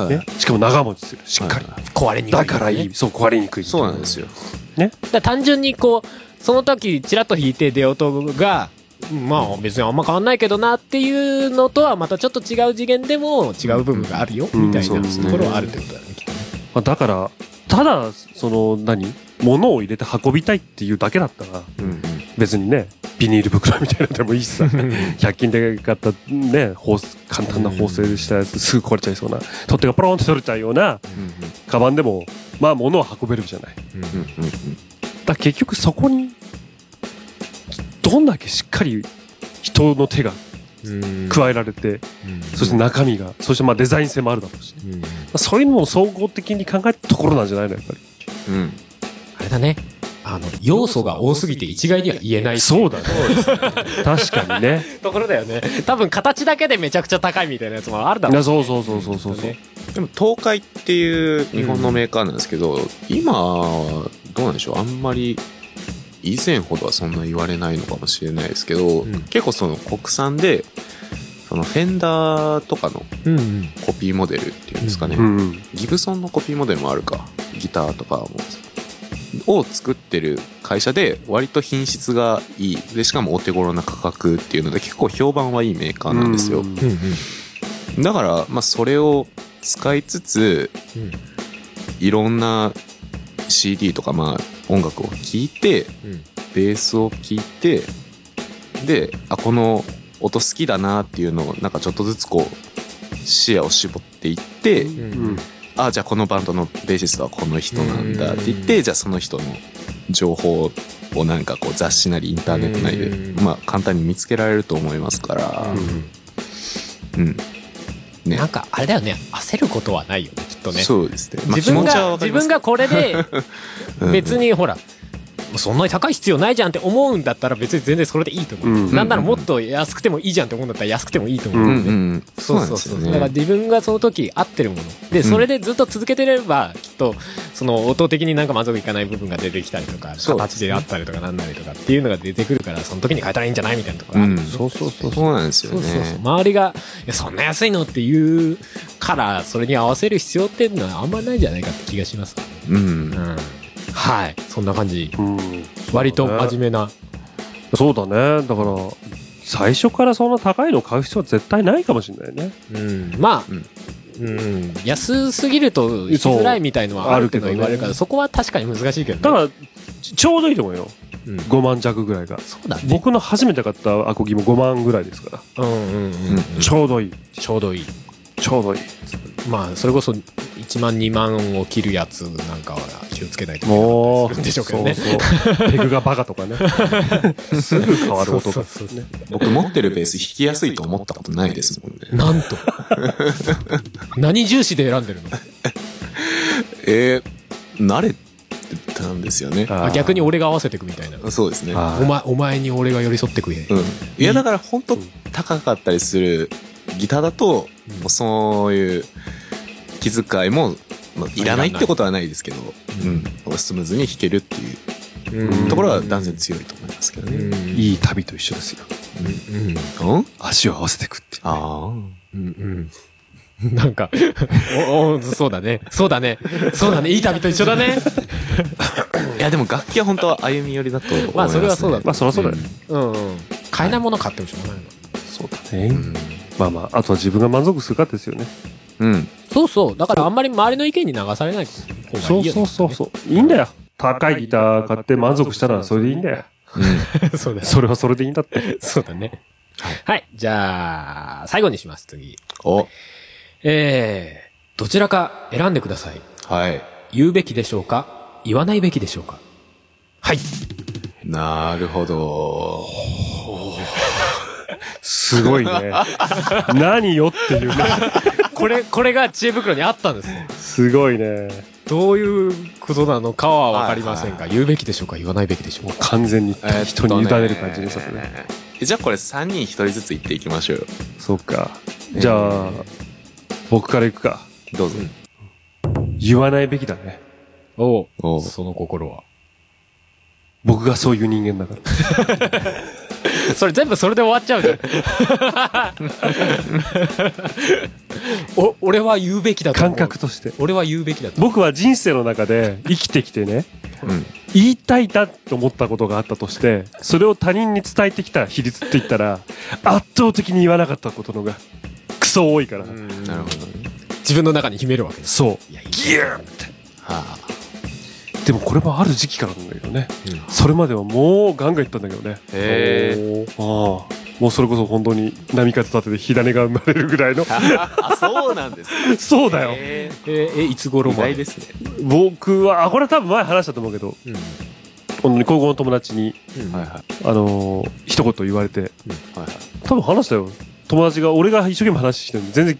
Speaker 3: はい
Speaker 2: ね。しかも長持ちする。しっかり。
Speaker 3: は
Speaker 1: 壊れにくい、
Speaker 2: だからいい。そう、壊れにくい。
Speaker 3: そうなんですよ。。
Speaker 1: だから単純にこうその時ちらっと弾いて出音がまあ別にあんま変わんないけどなっていうのとはまたちょっと違う次元でも違う部分があるよ
Speaker 2: うん
Speaker 1: みたい
Speaker 3: うんそ
Speaker 1: な
Speaker 3: うですね
Speaker 1: ところはあるってことだねきっとね
Speaker 2: まあ、だから、ただ、その、何物を入れて運びたいっていうだけだったら、
Speaker 3: うんうん
Speaker 2: 別にね、ビニール袋みたいなのでもいいしさ、100均で買ったね、縫製簡単な縫製したやつ、すぐ壊れちゃいそうな、取っ手がポロンと取れちゃうような、カバンでも、まあ、物は運べるじゃない。だか
Speaker 3: うんうんうん
Speaker 2: ら結局そこに、どんだけしっかり人の手が
Speaker 1: うん
Speaker 2: 加えられて、そして中身が、そしてまあデザイン性もあるだろうしね。
Speaker 1: うん
Speaker 2: まあそういうのを総合的に考えたところなんじゃないの、やっぱり。
Speaker 3: うんうん。
Speaker 1: あれだねあの要素が多すぎて一概には言えない
Speaker 2: そうだね。確かにね。
Speaker 1: ところだよね多分形だけでめちゃくちゃ高いみたいなやつもあ るだ
Speaker 2: い
Speaker 1: ろう
Speaker 2: やそうそうそうそうそうそう、
Speaker 1: ね
Speaker 3: でも東海っていう日本のメーカーなんですけど、今はどうなんでしょうあんまり以前ほどはそんな言われないのかもしれないですけど、
Speaker 1: うん
Speaker 3: 結構その国産でそのフェンダーとかの
Speaker 1: うんうん
Speaker 3: コピーモデルっていうんですかね、
Speaker 2: うんうん、
Speaker 3: ギブソンのコピーモデルもあるかギターとかもを作ってる会社で割と品質がいいでしかもお手頃な価格っていうので結構評判はいいメーカーなんですよ、
Speaker 2: うん
Speaker 1: うん
Speaker 3: だから、まあ、それを使いつつ、
Speaker 1: うん
Speaker 3: いろんな CD とか、まあ、音楽を聴いて、
Speaker 1: うん
Speaker 3: ベースを聴いて、で、あ、この音好きだなっていうのを、なんかちょっとずつこう、視野を絞っていって、
Speaker 1: うん
Speaker 2: うん
Speaker 3: あ、じゃあこのバンドのベーシストはこの人なんだって言って、じゃあその人の情報をなんかこう雑誌なりインターネットなりで
Speaker 1: うん、
Speaker 3: まあ簡単に見つけられると思いますから、うん。ね
Speaker 1: なんかあれだよね焦ることはないよねきっとね
Speaker 3: そうですね。まあ
Speaker 1: 自分
Speaker 3: 気持ちは
Speaker 1: が
Speaker 3: わか
Speaker 1: 自
Speaker 3: ります
Speaker 1: 分がこれで
Speaker 3: うん
Speaker 1: 別にほらそんなに高い必要ないじゃんって思うんだったら別に全然それでいいと思う、
Speaker 2: うん
Speaker 1: なんならもっと安くてもいいじゃんって思うんだったら安くてもいいと思う、
Speaker 2: う
Speaker 3: うんんうん、
Speaker 1: そうそうそうだから自分がその時合ってるものでそれでずっと続けてればきっとその音的になんか満足いかない部分が出てきたりとか
Speaker 3: そう
Speaker 1: 形であったりとかなんなりとかっていうのが出てくるからその時に変えたらいいんじゃないみたいなところがある、
Speaker 3: うん
Speaker 1: そうそうそう
Speaker 3: そうなんですよ
Speaker 1: そう
Speaker 3: ね。
Speaker 1: そうそう周りがいやそんな安いのっていうからそれに合わせる必要っていうのはあんまりないんじゃないかって気がします、
Speaker 3: うん
Speaker 1: う。ん、はいそんな感じ
Speaker 2: うん
Speaker 1: 割と真面目な
Speaker 2: そうだねだから最初からそんな高いの買う必要は絶対ないかもしれないね
Speaker 1: うんまあ、
Speaker 3: うん
Speaker 1: うん、安すぎると生きづらいみたいのはあるけど言われるからそこは確かに難しいけどね
Speaker 2: だからちちょうどいいと思うよ
Speaker 1: うん
Speaker 2: 5万弱ぐらいが
Speaker 1: そうだね
Speaker 2: 僕の初めて買ったアコギも5万ぐらいですから、
Speaker 1: うんうんうん
Speaker 2: ちょうどいい
Speaker 1: ちょうどいい
Speaker 2: ちょうどいい
Speaker 1: まあそれこそ1万2万を切るやつなんかは気をつけないといけな
Speaker 2: も
Speaker 1: かったりす
Speaker 2: う
Speaker 1: るんでしょうけどね
Speaker 2: そうそうペグがバカとか ねすぐ変わる音
Speaker 1: そう
Speaker 2: が
Speaker 1: そうそう
Speaker 2: ね
Speaker 3: 僕持ってるベース弾きやすいと思ったことないですもんね。
Speaker 1: なんと 何重視で選んでるの
Speaker 3: えー、慣れてたんですよね。
Speaker 1: あ逆に俺が合わせてくみたいな
Speaker 3: そうですね。
Speaker 2: あー
Speaker 1: お前お前に俺が寄り添ってくれ、
Speaker 3: うん。いや、だから本当高かったりするギターだと、
Speaker 1: うん
Speaker 3: もうそういう気遣いも、まあ、いらないってことはないですけど、うん。スムーズに弾けるっていう
Speaker 2: うん
Speaker 3: ところは断然強いと思いますけど
Speaker 1: うん
Speaker 3: ね。
Speaker 1: い
Speaker 2: いい旅と一緒ですよ
Speaker 1: うん
Speaker 3: うん
Speaker 2: 足を合わせてくっていうね
Speaker 3: ああ。
Speaker 1: うんうん。なんか、お、お、そうだね。そうだね。そうだね。いい旅と一緒だね。
Speaker 3: いや、でも楽器は本当は歩み寄りだと思います、ね。
Speaker 1: まあそれはそうだ
Speaker 2: まあそりゃそうだよ、
Speaker 3: うん
Speaker 1: うん、うん。買えないもの買ってもしょうがないの。
Speaker 3: そうだ
Speaker 2: ね
Speaker 3: うん
Speaker 2: まあまああとは自分が満足するかですよね
Speaker 3: うん。
Speaker 1: そうそう。だからあんまり周りの意見に流されない方がい
Speaker 2: そ
Speaker 1: いうよ、ね。
Speaker 2: そうそうそういいんだよ高いギター買って満足したらそれでいいんだよ
Speaker 1: う。 そうだね。
Speaker 2: それはそれでいいんだって
Speaker 1: そうだね。はい。じゃあ、最後にします。次。
Speaker 3: お、
Speaker 1: えー、どちらか選んでください。
Speaker 3: はい。
Speaker 1: 言うべきでしょうか言わないべきでしょうかはい。
Speaker 3: なるほど。
Speaker 2: すごいね何よっていうね
Speaker 1: これ、これが知恵袋にあったんですね。
Speaker 2: すごいね
Speaker 1: どういうことなのかはわかりませんが、言うべきでしょうか言わないべきでしょう
Speaker 2: もう
Speaker 1: か
Speaker 2: 完全に
Speaker 3: えーっ
Speaker 2: 人
Speaker 3: と
Speaker 2: に
Speaker 3: ね
Speaker 2: 委ねる感じですよね。
Speaker 3: えじゃあこれ3人1人ずつ行っていきましょうよ
Speaker 2: そうか。じゃあ、僕から行くか。
Speaker 3: どうぞ、
Speaker 2: 言わないべきだね。
Speaker 1: お
Speaker 3: お
Speaker 1: お
Speaker 3: う
Speaker 1: その心は。
Speaker 2: 僕がそういう人間だから。
Speaker 1: それ全部それで終わっちゃうじゃん。 お、俺は言うべきだと思
Speaker 2: 感
Speaker 1: う。
Speaker 2: 覚。として。
Speaker 1: 俺は言うべきだと
Speaker 2: 僕は人生の中で生きてきてね、
Speaker 3: うん
Speaker 2: 言いたいだと思ったことがあったとして、それを他人に伝えてきた比率って言ったら、圧倒的に言わなかったことのが、クソ多いから。
Speaker 1: 思う。
Speaker 3: なるほどね
Speaker 1: 自分の中に秘めるわけです。
Speaker 2: そう。
Speaker 1: いや、
Speaker 2: ギューって。
Speaker 3: はあ
Speaker 2: でもこれもある時期からなんだけどね。
Speaker 3: うん
Speaker 2: それまではもうガンガンいったんだけどね。
Speaker 3: へ
Speaker 2: え。ああ。もうそれこそ本当に波風立てて火種が生まれるぐらいの。
Speaker 3: あそうなんですね
Speaker 2: そうだよ。
Speaker 3: へ
Speaker 1: えーえいつ頃
Speaker 3: ー意
Speaker 1: ま
Speaker 3: 外
Speaker 1: で
Speaker 3: ですね
Speaker 2: 僕は、あ、これ多分前話したと思うけど、本当に高校の友達に、
Speaker 3: はいはい
Speaker 2: あのー一言言われて、
Speaker 3: はいはい
Speaker 2: 多分話したよ。友達が、俺が一生懸命話してるの全然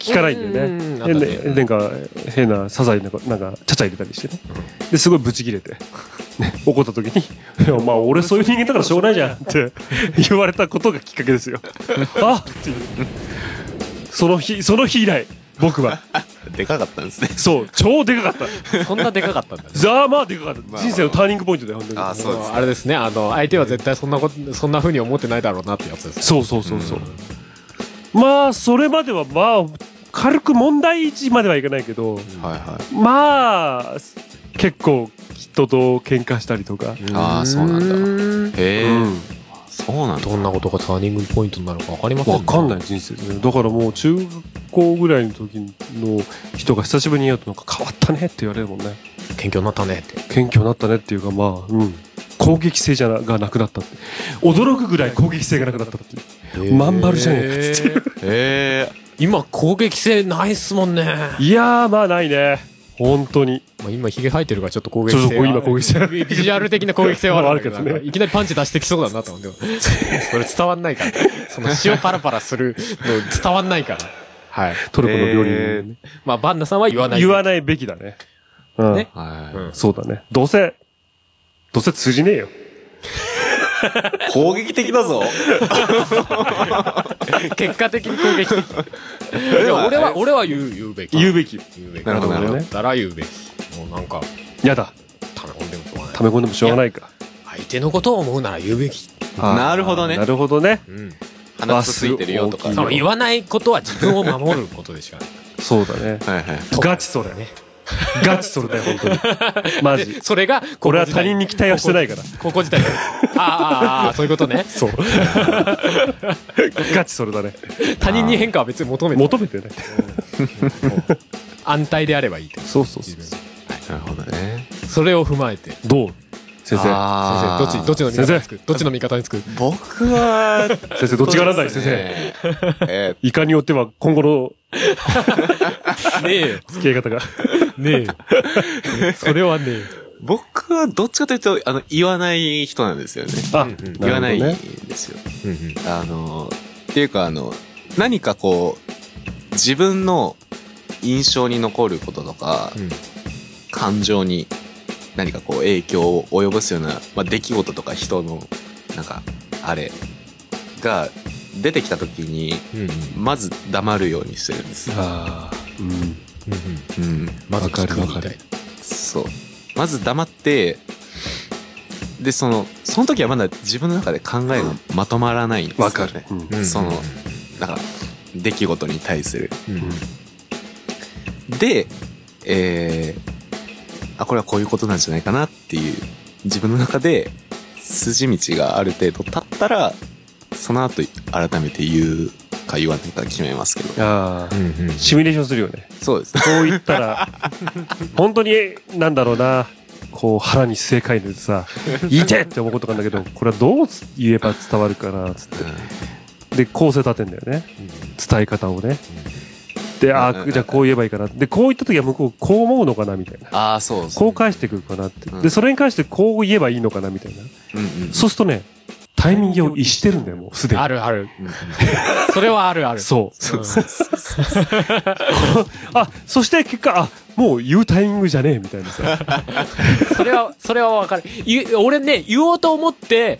Speaker 2: き聞かないんだよね。
Speaker 1: ね
Speaker 2: でねなんか変なサザエなんかなんかちゃちゃ入れたりしてねですごいブチ切れて、ね、怒った 時に「いやまあ俺そういう人間だからしょうがないじゃん」って言われたことがきっかけ ですよあっていうその日その日以来僕は
Speaker 3: でかかったんですね
Speaker 2: そう超でかかっ
Speaker 1: そんなでかかったん だ
Speaker 2: たざーまあでかかった、
Speaker 3: まあ
Speaker 2: 人生のターニングポイントだよ本当に
Speaker 3: あそうです
Speaker 1: あれですね、あの、相手は絶対そんなこと、そんな風に思ってないだろうなってやつです。
Speaker 2: そうそうそうそう、まあそれまではまあ軽く問題児まではいかないけど、
Speaker 3: はいはい
Speaker 2: まあ結構人と喧嘩したりとか、
Speaker 3: あーそうなんだ
Speaker 1: なんだ。
Speaker 3: へえ、
Speaker 2: うん
Speaker 3: そうなんだ
Speaker 1: どんなことがターニングポイントなのかわかりません
Speaker 2: わ
Speaker 1: ね
Speaker 2: かんない人生だね。だからもう中学校ぐらいの時の人が久しぶりに会うとなんか変わったねって言われるもんね。
Speaker 1: 謙虚になったねって。
Speaker 2: 謙虚になったねっていうかまあ、うん。攻撃性じゃながなくなったって。驚くぐらい攻撃性がなくなったっていう。まん丸じゃねえ
Speaker 1: えか
Speaker 3: へえ
Speaker 1: 今攻撃性ないっすもんね。
Speaker 2: いやーまあないね。本当に。
Speaker 1: まあ、今ヒゲ生えてるからちょっと攻撃
Speaker 2: そう
Speaker 1: 性
Speaker 2: そう、今攻撃性。
Speaker 1: ビジュアル的な攻撃性はあるんだ けど
Speaker 2: あるけどね
Speaker 1: なんかいきなりパンチ出してきそうだなと思って。それ伝わんないから。その塩パラパラするの伝わんないから。はい。
Speaker 2: トルコの料理人、
Speaker 1: まあ、バンナさんは言わない。
Speaker 2: 言わないべきだね。うん。
Speaker 1: ね
Speaker 3: はい、
Speaker 1: うん
Speaker 2: そうだね。どうせ、どうせ通じねえよ。
Speaker 3: 攻撃的だぞ
Speaker 1: 結果的に攻撃的。 いや、俺は、俺は言う、言うべき。
Speaker 2: 言うべき。
Speaker 1: 言うべき。
Speaker 3: なるほどなるほ
Speaker 2: ど
Speaker 1: だったら言うべき。もうなんか、
Speaker 2: やだ。
Speaker 1: 溜め込んでもしょうがない
Speaker 2: 溜。め込んでもしょうがないか。
Speaker 1: 相手のことを思うなら言うべき。
Speaker 3: なるほどね
Speaker 2: なるほどね。
Speaker 1: うん。
Speaker 3: 鼻くそついてるよとか
Speaker 2: あ
Speaker 1: 多分
Speaker 2: す
Speaker 1: 言わないことは自分を守ることでしかない。
Speaker 2: そうだね。
Speaker 3: はいはい
Speaker 2: ガチそれね。ガチそれだよ、本当に。 マジ
Speaker 1: で。それが、こ
Speaker 2: 俺は他人に期待はしてないから。
Speaker 1: 高校時代からあーあーあーそういうこと ねそう
Speaker 2: ガチそれだね。
Speaker 1: 他人に変化は別に求めて
Speaker 2: 求めてね。
Speaker 1: 安泰であればいいってこと
Speaker 2: そうそう
Speaker 1: 自分
Speaker 3: なるほどね
Speaker 1: それを踏まえて先
Speaker 2: どう先生。
Speaker 3: あ
Speaker 1: 生どっちどっ
Speaker 3: ち
Speaker 1: ちの味方につくどっちの味方につく
Speaker 3: 僕は
Speaker 2: 先 生、どっちがなんだい先生。
Speaker 3: 生え
Speaker 2: いかによっては今後の
Speaker 1: ねえよ
Speaker 2: 付き合い方が。
Speaker 1: ね えよそれはねえよ
Speaker 3: ー僕はどっちかというとあの言わない人なんですよね
Speaker 2: あ
Speaker 1: うんうん
Speaker 3: 言わないん
Speaker 2: るほどね
Speaker 3: ですよあのっていうかあの何かこう自分の印象に残ることとか、
Speaker 1: うん
Speaker 3: 感情に何かこう影響を及ぼすような、まあ、出来事とか人のなんかあれが出てきた時に
Speaker 1: うん
Speaker 3: まず黙るようにしてるんです、
Speaker 2: あーうん
Speaker 3: うん、
Speaker 1: まず聞くみ
Speaker 2: わか
Speaker 1: た
Speaker 2: る
Speaker 1: い
Speaker 3: そうまず黙ってでそのその時はまだ自分の中で考えがまとまらないんですよね。
Speaker 2: うん
Speaker 1: な
Speaker 3: そのだから出来事に対する
Speaker 1: うんうん
Speaker 3: で、えー、あ、これはこういうことなんじゃないかなっていう、自分の中で筋道がある程度経ったら、その後改めて言うか言わないか決めますけど。
Speaker 2: ああ。
Speaker 1: うんうん
Speaker 2: シミュレーションするよね。
Speaker 3: そうです。
Speaker 2: そう言ったら、本当に、なんだろうな。こう腹に正解でさ、言いてえって思うことがあるんだけど、これはどう言えば伝わるかな、つって。で構成立てんだよね伝え方をねであ
Speaker 3: うんうんう
Speaker 2: あ
Speaker 3: ん
Speaker 2: じゃあこう言えばいいかなでこう言った時は向こうこう思うのかなみたいな
Speaker 3: ああ、そうそ
Speaker 2: こ
Speaker 3: う。
Speaker 2: う返してくるかなって
Speaker 3: うん
Speaker 2: でそれに関してこう言えばいいのかなみたいな
Speaker 3: うんうん。
Speaker 2: そうするとねタイミングを逸してるんだよ、もうすでに
Speaker 1: あ。るある。それはあるある。
Speaker 2: そう。
Speaker 1: うん
Speaker 2: あ、そして結果、あ、もう言うタイミングじゃねえ、みたいなさ。
Speaker 1: それは、それはわかる。言俺ね、言おうと思って、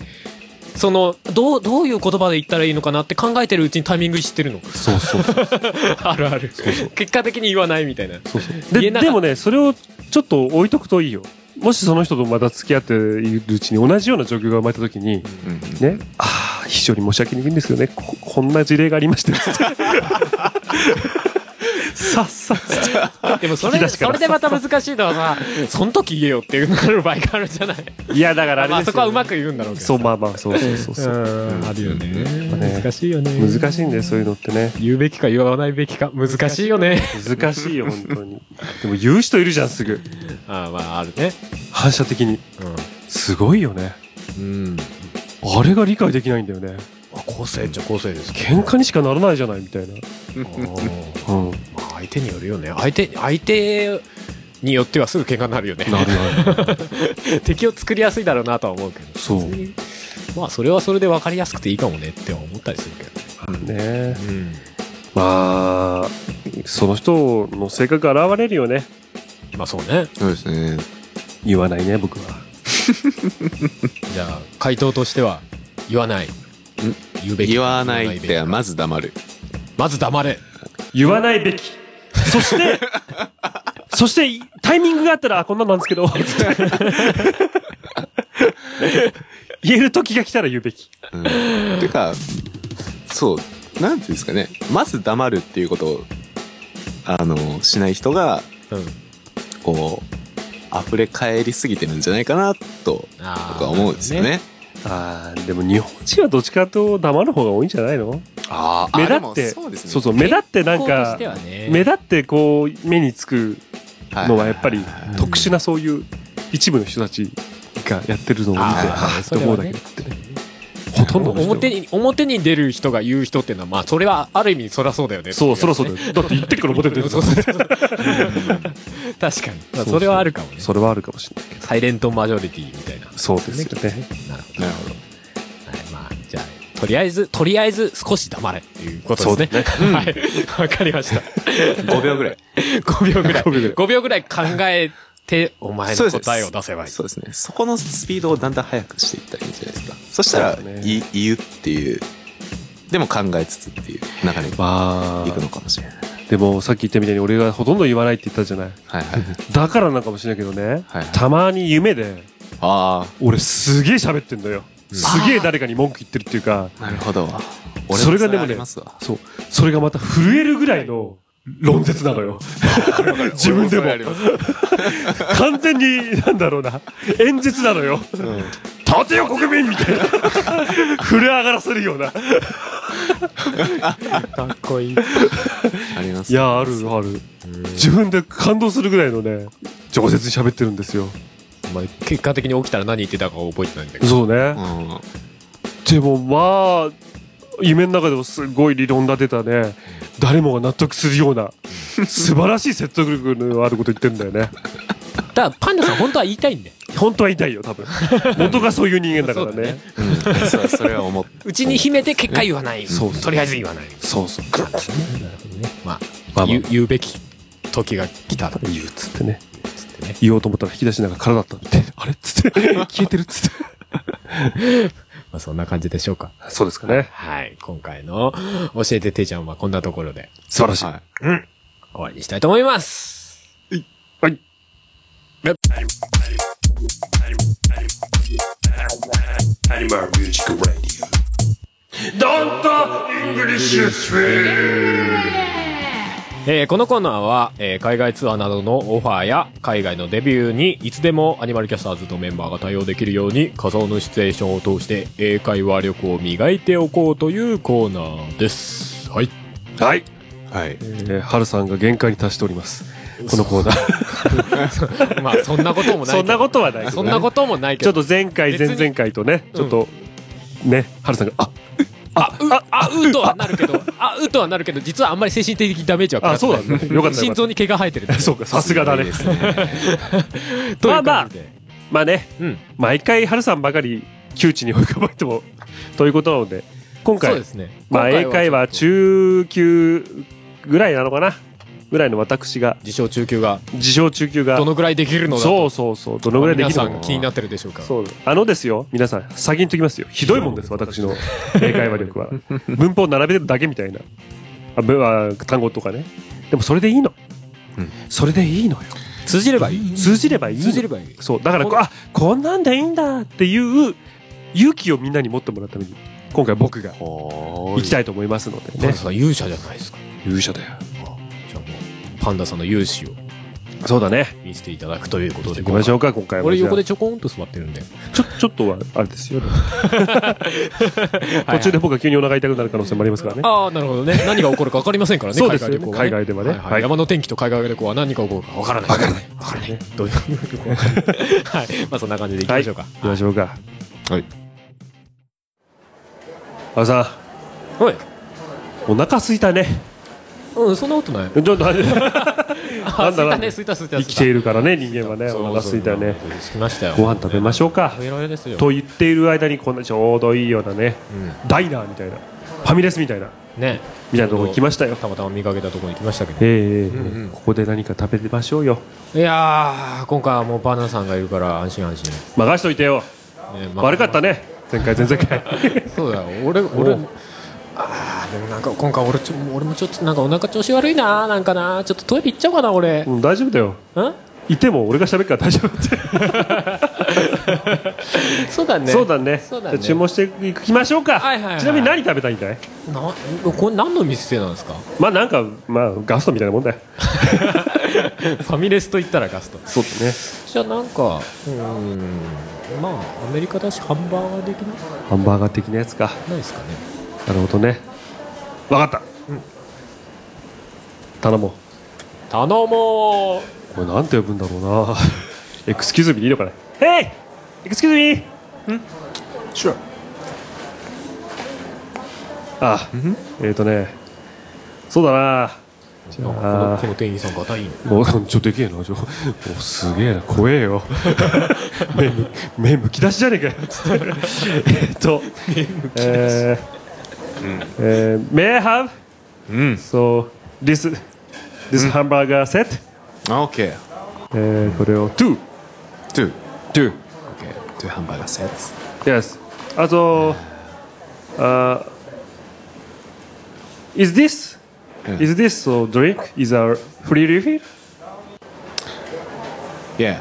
Speaker 1: その、どう、どういう言葉で言ったらいいのかなって考えてるうちにタイミング知ってるの。
Speaker 2: そうそうそう。
Speaker 1: あるある。結果的に言わないみたいな。
Speaker 2: そうそう
Speaker 1: 言え
Speaker 2: で
Speaker 1: なかっ
Speaker 2: で
Speaker 1: た
Speaker 2: もねそれをちょっと置いとくといいよもしその人とまた付き合っているうちに同じような状況が生まれた時に、
Speaker 3: うん
Speaker 2: ねああ非常に申し訳ないんですよねここんな事例がありましてさっさっ
Speaker 1: でもそ
Speaker 2: 引き
Speaker 1: れ、
Speaker 2: 出しか
Speaker 1: そ
Speaker 2: ら
Speaker 1: れでまた難しいのはさ、その時言えよっていうのがある場合があるじゃない。
Speaker 2: いやだからあれ
Speaker 1: ま
Speaker 2: で
Speaker 1: あ
Speaker 2: す
Speaker 1: そ
Speaker 2: よ、
Speaker 1: こ
Speaker 2: ね
Speaker 1: はうまく言うんだろうけど。
Speaker 2: そうまあまあそうそうそうそう、
Speaker 1: ん、あるよね
Speaker 2: ね
Speaker 1: 難しいよね。
Speaker 2: 難しいんだよそういうのってね
Speaker 1: 言うべきか言わないべきか、難しいよね。
Speaker 2: 難しいよ本当にでも言う人いるじゃんすぐ
Speaker 1: ああ、まあ、あるね。
Speaker 2: 反射的にすごいよね
Speaker 1: うん。うん。
Speaker 2: あれが理解できないんだよね
Speaker 1: 個性っちゃ個性ですけ
Speaker 2: 喧嘩にしかならないじゃないみたいな
Speaker 1: ど。
Speaker 2: う
Speaker 1: ま
Speaker 2: ん
Speaker 1: あ相手によるよね。相手、相手によってはすぐ喧嘩になるよね。
Speaker 2: なるなる
Speaker 1: 敵を作りやすいだろうなとは思うけど。
Speaker 2: そう
Speaker 1: 別にまあ、それはそれで分かりやすくていいかもねって思ったりするけど。
Speaker 2: ね
Speaker 1: うん。
Speaker 2: まあその人の性格が現れるよね
Speaker 1: まあ、そうね。
Speaker 3: そうですね。
Speaker 2: 言わないね僕は
Speaker 1: じゃあ、回答としては、言わない。言うべき
Speaker 3: 言わないっ
Speaker 1: 言
Speaker 3: て
Speaker 1: わべき
Speaker 3: まず黙る。
Speaker 1: まず黙れ。
Speaker 2: 言わないべきそして そしてタイミングがあったらあこんなのなんですけ ど言える時が来たら言うべき
Speaker 3: うん、てかそうなんていうんですかねまず黙るっていうことをあのしない人が
Speaker 1: うん。
Speaker 3: こう溢れ返りすぎてるんじゃないかなと
Speaker 1: あ
Speaker 3: 僕は思うんですよね。。
Speaker 2: あーでも日本人はどっちかと黙る方が多いんじゃないの
Speaker 3: あー
Speaker 2: 目立
Speaker 3: あで
Speaker 2: っ
Speaker 3: も
Speaker 2: て
Speaker 3: そうですね
Speaker 2: そうそう目立ってなん
Speaker 1: 学校とし
Speaker 2: か
Speaker 1: てはね
Speaker 2: 目立ってこう目につくのはやっぱり
Speaker 1: い
Speaker 2: 特殊なそういう一部の人たちがやってるのを見て
Speaker 1: あー
Speaker 2: あーって思うだけだって、ほとんどの人
Speaker 1: 表に表に出る人が言う人っていうのはまあそれはある意味そりゃそうだよね
Speaker 2: そうそろ
Speaker 1: ろ
Speaker 2: そ
Speaker 1: ろ
Speaker 2: ろだって言ってくるモテてる
Speaker 1: そうそうそう 確かにまあそれはあるかもね
Speaker 2: それはあるかもしれないけど
Speaker 1: サイレントマジョリティみたいな
Speaker 2: そうですよね
Speaker 1: なるほど
Speaker 3: なるほ
Speaker 1: は
Speaker 3: ど
Speaker 1: いまあじゃあとりあえずとりあえず少し黙れっていうことですねはいわかりました
Speaker 3: 5秒ぐらい
Speaker 1: 5秒ぐらい5秒ぐらい考えてお前
Speaker 3: そう
Speaker 1: の
Speaker 3: です
Speaker 1: 答えを出せばいい
Speaker 3: そうですねそこのスピードをだんだん速くしていったらいいんじゃないですかそしたら
Speaker 2: そうだね
Speaker 3: い言うっていうでも考えつつっていう流れに
Speaker 2: ま
Speaker 3: いく
Speaker 2: あ
Speaker 3: のかもしれない
Speaker 2: でもさっき言ったみたいに俺がほとんど言わないって言ったじゃない
Speaker 3: はいはい
Speaker 2: だからなんかもしれないけどね、
Speaker 3: はいはい
Speaker 2: たまに夢で
Speaker 3: あ
Speaker 2: 俺すげえ喋ってんだよ、すげえ誰かに文句言ってるっていうか
Speaker 3: あなるほど俺
Speaker 2: それがでも
Speaker 3: あ
Speaker 2: ね
Speaker 3: りますわ
Speaker 2: そうそれがまた震えるぐらいの論説なのよ 自分でも
Speaker 3: 俺それあります
Speaker 2: 完全になんだろうな演説なのよ立てよ国民みたいな震え上がらせるような
Speaker 1: かっこいい
Speaker 3: あります
Speaker 2: いやあるある自分で感動するぐらいのね饒舌に喋ってるんですよ
Speaker 1: まあ結果的に起きたら何言ってたか覚えてないんだけど
Speaker 2: そうね、
Speaker 3: うん
Speaker 2: でもまあ夢の中でもすごい理論立てたね誰もが納得するような素晴らしい説得力のあること言ってんだよね
Speaker 1: だからパンダさん本当は言いたいんだよ
Speaker 2: 本当は痛いよ多分元がそういう人間だから
Speaker 1: そうだ
Speaker 2: ね
Speaker 1: ね
Speaker 3: うん、そそれは思っ
Speaker 1: うちに秘めて結果言わない
Speaker 2: そうそう
Speaker 1: とりあえず言わない
Speaker 2: そうそう
Speaker 1: まあ、
Speaker 2: まあまあ
Speaker 1: 言う言うべき時が来たら
Speaker 2: 言うっつってね
Speaker 1: つってね。
Speaker 2: 言おうと思ったら引き出しなんか空だったって あれっつって消えてるっつって
Speaker 1: まあそんな感じでしょうか。
Speaker 2: そうですかね
Speaker 1: はい。今回の教えてていちゃんはこんなところで
Speaker 2: 素晴ら
Speaker 3: た
Speaker 2: しい、
Speaker 3: はい
Speaker 1: 終わりにしたいと思います。
Speaker 2: はい
Speaker 1: えーこのコーナーは、えー海外ツアーなどのオファーや海外のデビューにいつでもアニマルキャスターズとメンバーが対応できるように仮想のシチュエーションを通して英会話力を磨いておこうというコーナーです。 はい。
Speaker 2: はい
Speaker 3: はい
Speaker 2: えー、春さんが限界に達しておりますこのコ ーナー
Speaker 1: まあそんなこともないけど。
Speaker 2: そんなことはな い
Speaker 1: そんなこともないけ
Speaker 2: ちょ
Speaker 1: ど。
Speaker 2: っと前回
Speaker 1: 別
Speaker 2: 前
Speaker 1: に
Speaker 2: 々回とねちょっとね春さんがあ
Speaker 1: あ、うとはなるけど、あ、うとはなるけど、実はあんまり精神的ダメージは食らってない
Speaker 2: あそうな んだよかったよかった
Speaker 1: 心臓に毛が生えてるんだよ。
Speaker 2: そうかさすがだ
Speaker 3: いい
Speaker 2: ね
Speaker 3: ですね
Speaker 1: とい
Speaker 2: まあ
Speaker 1: う
Speaker 2: まあ
Speaker 1: 感じで。
Speaker 2: まあね
Speaker 1: うん。
Speaker 2: 毎回春さんばかり窮地に追い込まれてもということなので今
Speaker 1: そう
Speaker 2: 回
Speaker 1: ですね。
Speaker 2: まあ、
Speaker 1: 今
Speaker 2: 英会話
Speaker 1: ちょっと
Speaker 2: 中級ぐらいなのかなぐらいの私が
Speaker 1: 自称中級が
Speaker 2: 自称中級が
Speaker 1: どのぐらいできるのだ
Speaker 2: そう
Speaker 1: と
Speaker 2: そうそうどのぐらいできるの
Speaker 1: 皆さん気になってるでしょうか。
Speaker 2: そうあのですよ皆さん先に言っときますよひどいもんです私の英会話力は文法を並べてるだけみたいなあぶあ単語とかねでもそれでいいの、
Speaker 3: うん
Speaker 2: それでいいのよ
Speaker 1: 通じればいい。
Speaker 2: 通じればいいの
Speaker 1: 通じればいい。
Speaker 2: そうだからこ
Speaker 1: こ
Speaker 2: あこんなんでいいんだっていう勇気をみんなに持ってもらうために今回僕が
Speaker 3: ほ
Speaker 2: 行きたいと思いますので
Speaker 1: パン
Speaker 2: ね
Speaker 1: ダさん勇者じゃないですか。
Speaker 2: 勇者だよ
Speaker 1: じゃあもうパンダさんの勇姿を
Speaker 2: そうだね
Speaker 1: 見せていただくということで。
Speaker 2: 行きましょうか今回は
Speaker 1: 俺
Speaker 2: じゃあ
Speaker 1: 横でちょこんと座ってるんで。
Speaker 2: ちょちょっとはあれですよ途中で僕が急にお腹痛くなる可能性もありますからね
Speaker 1: ああ、なるほどね。何が起こるか分かりませんからね、
Speaker 2: そうですよね
Speaker 1: 海
Speaker 2: 海
Speaker 1: 外旅
Speaker 2: 外で
Speaker 1: 行は
Speaker 2: は
Speaker 1: ね。
Speaker 2: ね
Speaker 1: はいはい
Speaker 2: はい
Speaker 1: 山の天気と海外旅行は何が起こるか分からない。分からない。分からない。どういうことか分からない。 はい。まあそんな感じでいきましょうか。
Speaker 2: 行きましょうか
Speaker 3: はい
Speaker 2: あのさ
Speaker 1: はい。
Speaker 2: んお腹すいたね
Speaker 1: うん、そんなことない。
Speaker 2: ちょっとな
Speaker 1: あ、
Speaker 2: ん
Speaker 1: すい
Speaker 2: な
Speaker 1: た
Speaker 2: ん
Speaker 1: ね、
Speaker 2: だ
Speaker 1: すいたすいた。
Speaker 2: 生きているからね人間はね
Speaker 1: そうそう
Speaker 2: お腹すいたね。
Speaker 1: 着きましたよ。
Speaker 2: ご飯食べましょうか
Speaker 1: 食べられですよ。
Speaker 2: と言っている間にこんなちょうどいいようなね
Speaker 1: うん
Speaker 2: ダイナーみたいなファミレスみたいな
Speaker 1: ね。
Speaker 2: みたいなところに来ましたよ
Speaker 1: たまたま見かけたところに来ましたけど。
Speaker 2: ええええ
Speaker 1: うんうん
Speaker 2: ここで何か食べてましょうよ
Speaker 1: いやー、今回はもうパンダさんがいるから安心安心。
Speaker 2: 任しといてよ
Speaker 1: ねまあ
Speaker 2: 悪かったね前回前々回
Speaker 1: そうだよ俺俺
Speaker 2: おう
Speaker 1: ああでもなんか今回俺ちょ俺もちょっとなんかお腹調子悪いななんかなちょっとトイレ行っちゃおうかな俺、ん
Speaker 2: うん大丈夫だよいても俺が喋るから大丈夫って
Speaker 1: そうだね
Speaker 2: そうだね
Speaker 1: そうだね
Speaker 2: じゃあ注文していきましょうか、
Speaker 1: はいはいはい
Speaker 2: ちなみに何食べたいんだい
Speaker 1: なこれ何の店なんですか
Speaker 2: まあなんかまあガストみたいなもんだよ
Speaker 1: ファミレスと言ったらガスト
Speaker 2: そうだね
Speaker 1: じゃあなんかうーんまあアメリカだしハンバーガー的な
Speaker 2: ハンバーガー的なやつか
Speaker 1: ないですかね
Speaker 2: なるほどねわかった、頼もう
Speaker 1: 頼もう
Speaker 2: これなんて呼ぶんだろうな エクスキューズミーでいいのかね Hey! エクスキューズミーん
Speaker 3: Sure.
Speaker 2: あえっ、ー、とねそうだな
Speaker 1: なんかこ
Speaker 2: あ
Speaker 1: の
Speaker 2: ー
Speaker 1: この店員さんがいい
Speaker 2: も うちょっとでけえなちょおすげえな怖えよ 目む目むき出しじゃねえかよ えっとえーえー May I have
Speaker 3: うん。
Speaker 2: so this this hamburger set、
Speaker 3: あ、OK。
Speaker 2: えーこれを two
Speaker 3: two.
Speaker 2: two
Speaker 3: OK. two hamburger sets.
Speaker 2: yes あとあ is this、
Speaker 3: うん
Speaker 2: is this so drink is a free refill
Speaker 3: Yeah.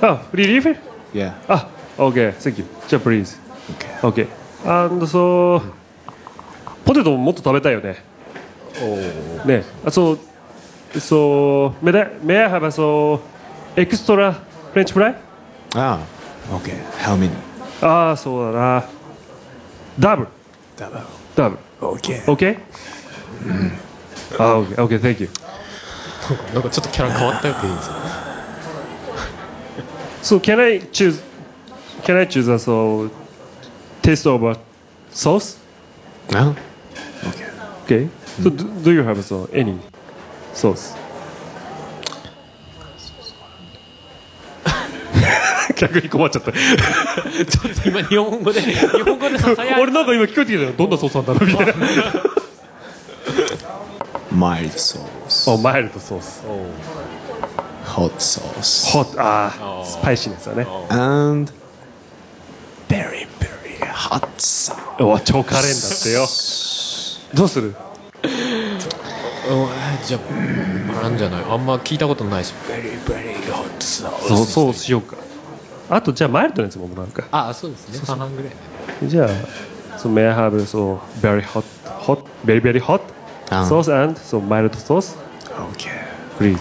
Speaker 2: あ free refill
Speaker 3: Yeah.
Speaker 2: あ okay thank you じゃあ please
Speaker 3: OK.
Speaker 2: OK。And so、ポテトももっと食べたいよね。ね。あ、そう。So, may I, may I have a so extra French fry?
Speaker 3: ああ。OK. How many?
Speaker 2: ああ、そうだな。ダブル、
Speaker 3: Double.
Speaker 2: ダブル。
Speaker 3: OK.
Speaker 2: OK? あー、OK、OK、Thank you.
Speaker 1: なんかちょっとキャラ変わったよ店員さん
Speaker 2: So, can I choose, can I choose a so taste of a sauce?
Speaker 3: あ OK.
Speaker 2: OK? So, do, do you have so any sauce? 逆に困っちゃった。
Speaker 1: 今日本語で日本 語でささやい
Speaker 2: 俺なんか今聞こえてきたよ。どんなソースなんだろうみたいな。
Speaker 3: Mild sauce.
Speaker 2: お、マイルドソース。
Speaker 3: Hot sauce.
Speaker 2: ホット、ああ、スパイシーですよね。
Speaker 3: And very, very hot sauce.
Speaker 2: お、超カレンだってよ。どうする
Speaker 1: うんじゃあなんじゃないあんま聞いたことないし
Speaker 3: Very, very hot sauce.
Speaker 2: そう、そうしようか。あと、じゃあマイルドなやつもなんか。
Speaker 1: あそうですね半々ぐらい
Speaker 2: じゃあ、so may I have so very hot, hot, very very hot
Speaker 3: あ
Speaker 2: sauce and so mild sauce,
Speaker 3: OK.
Speaker 2: please.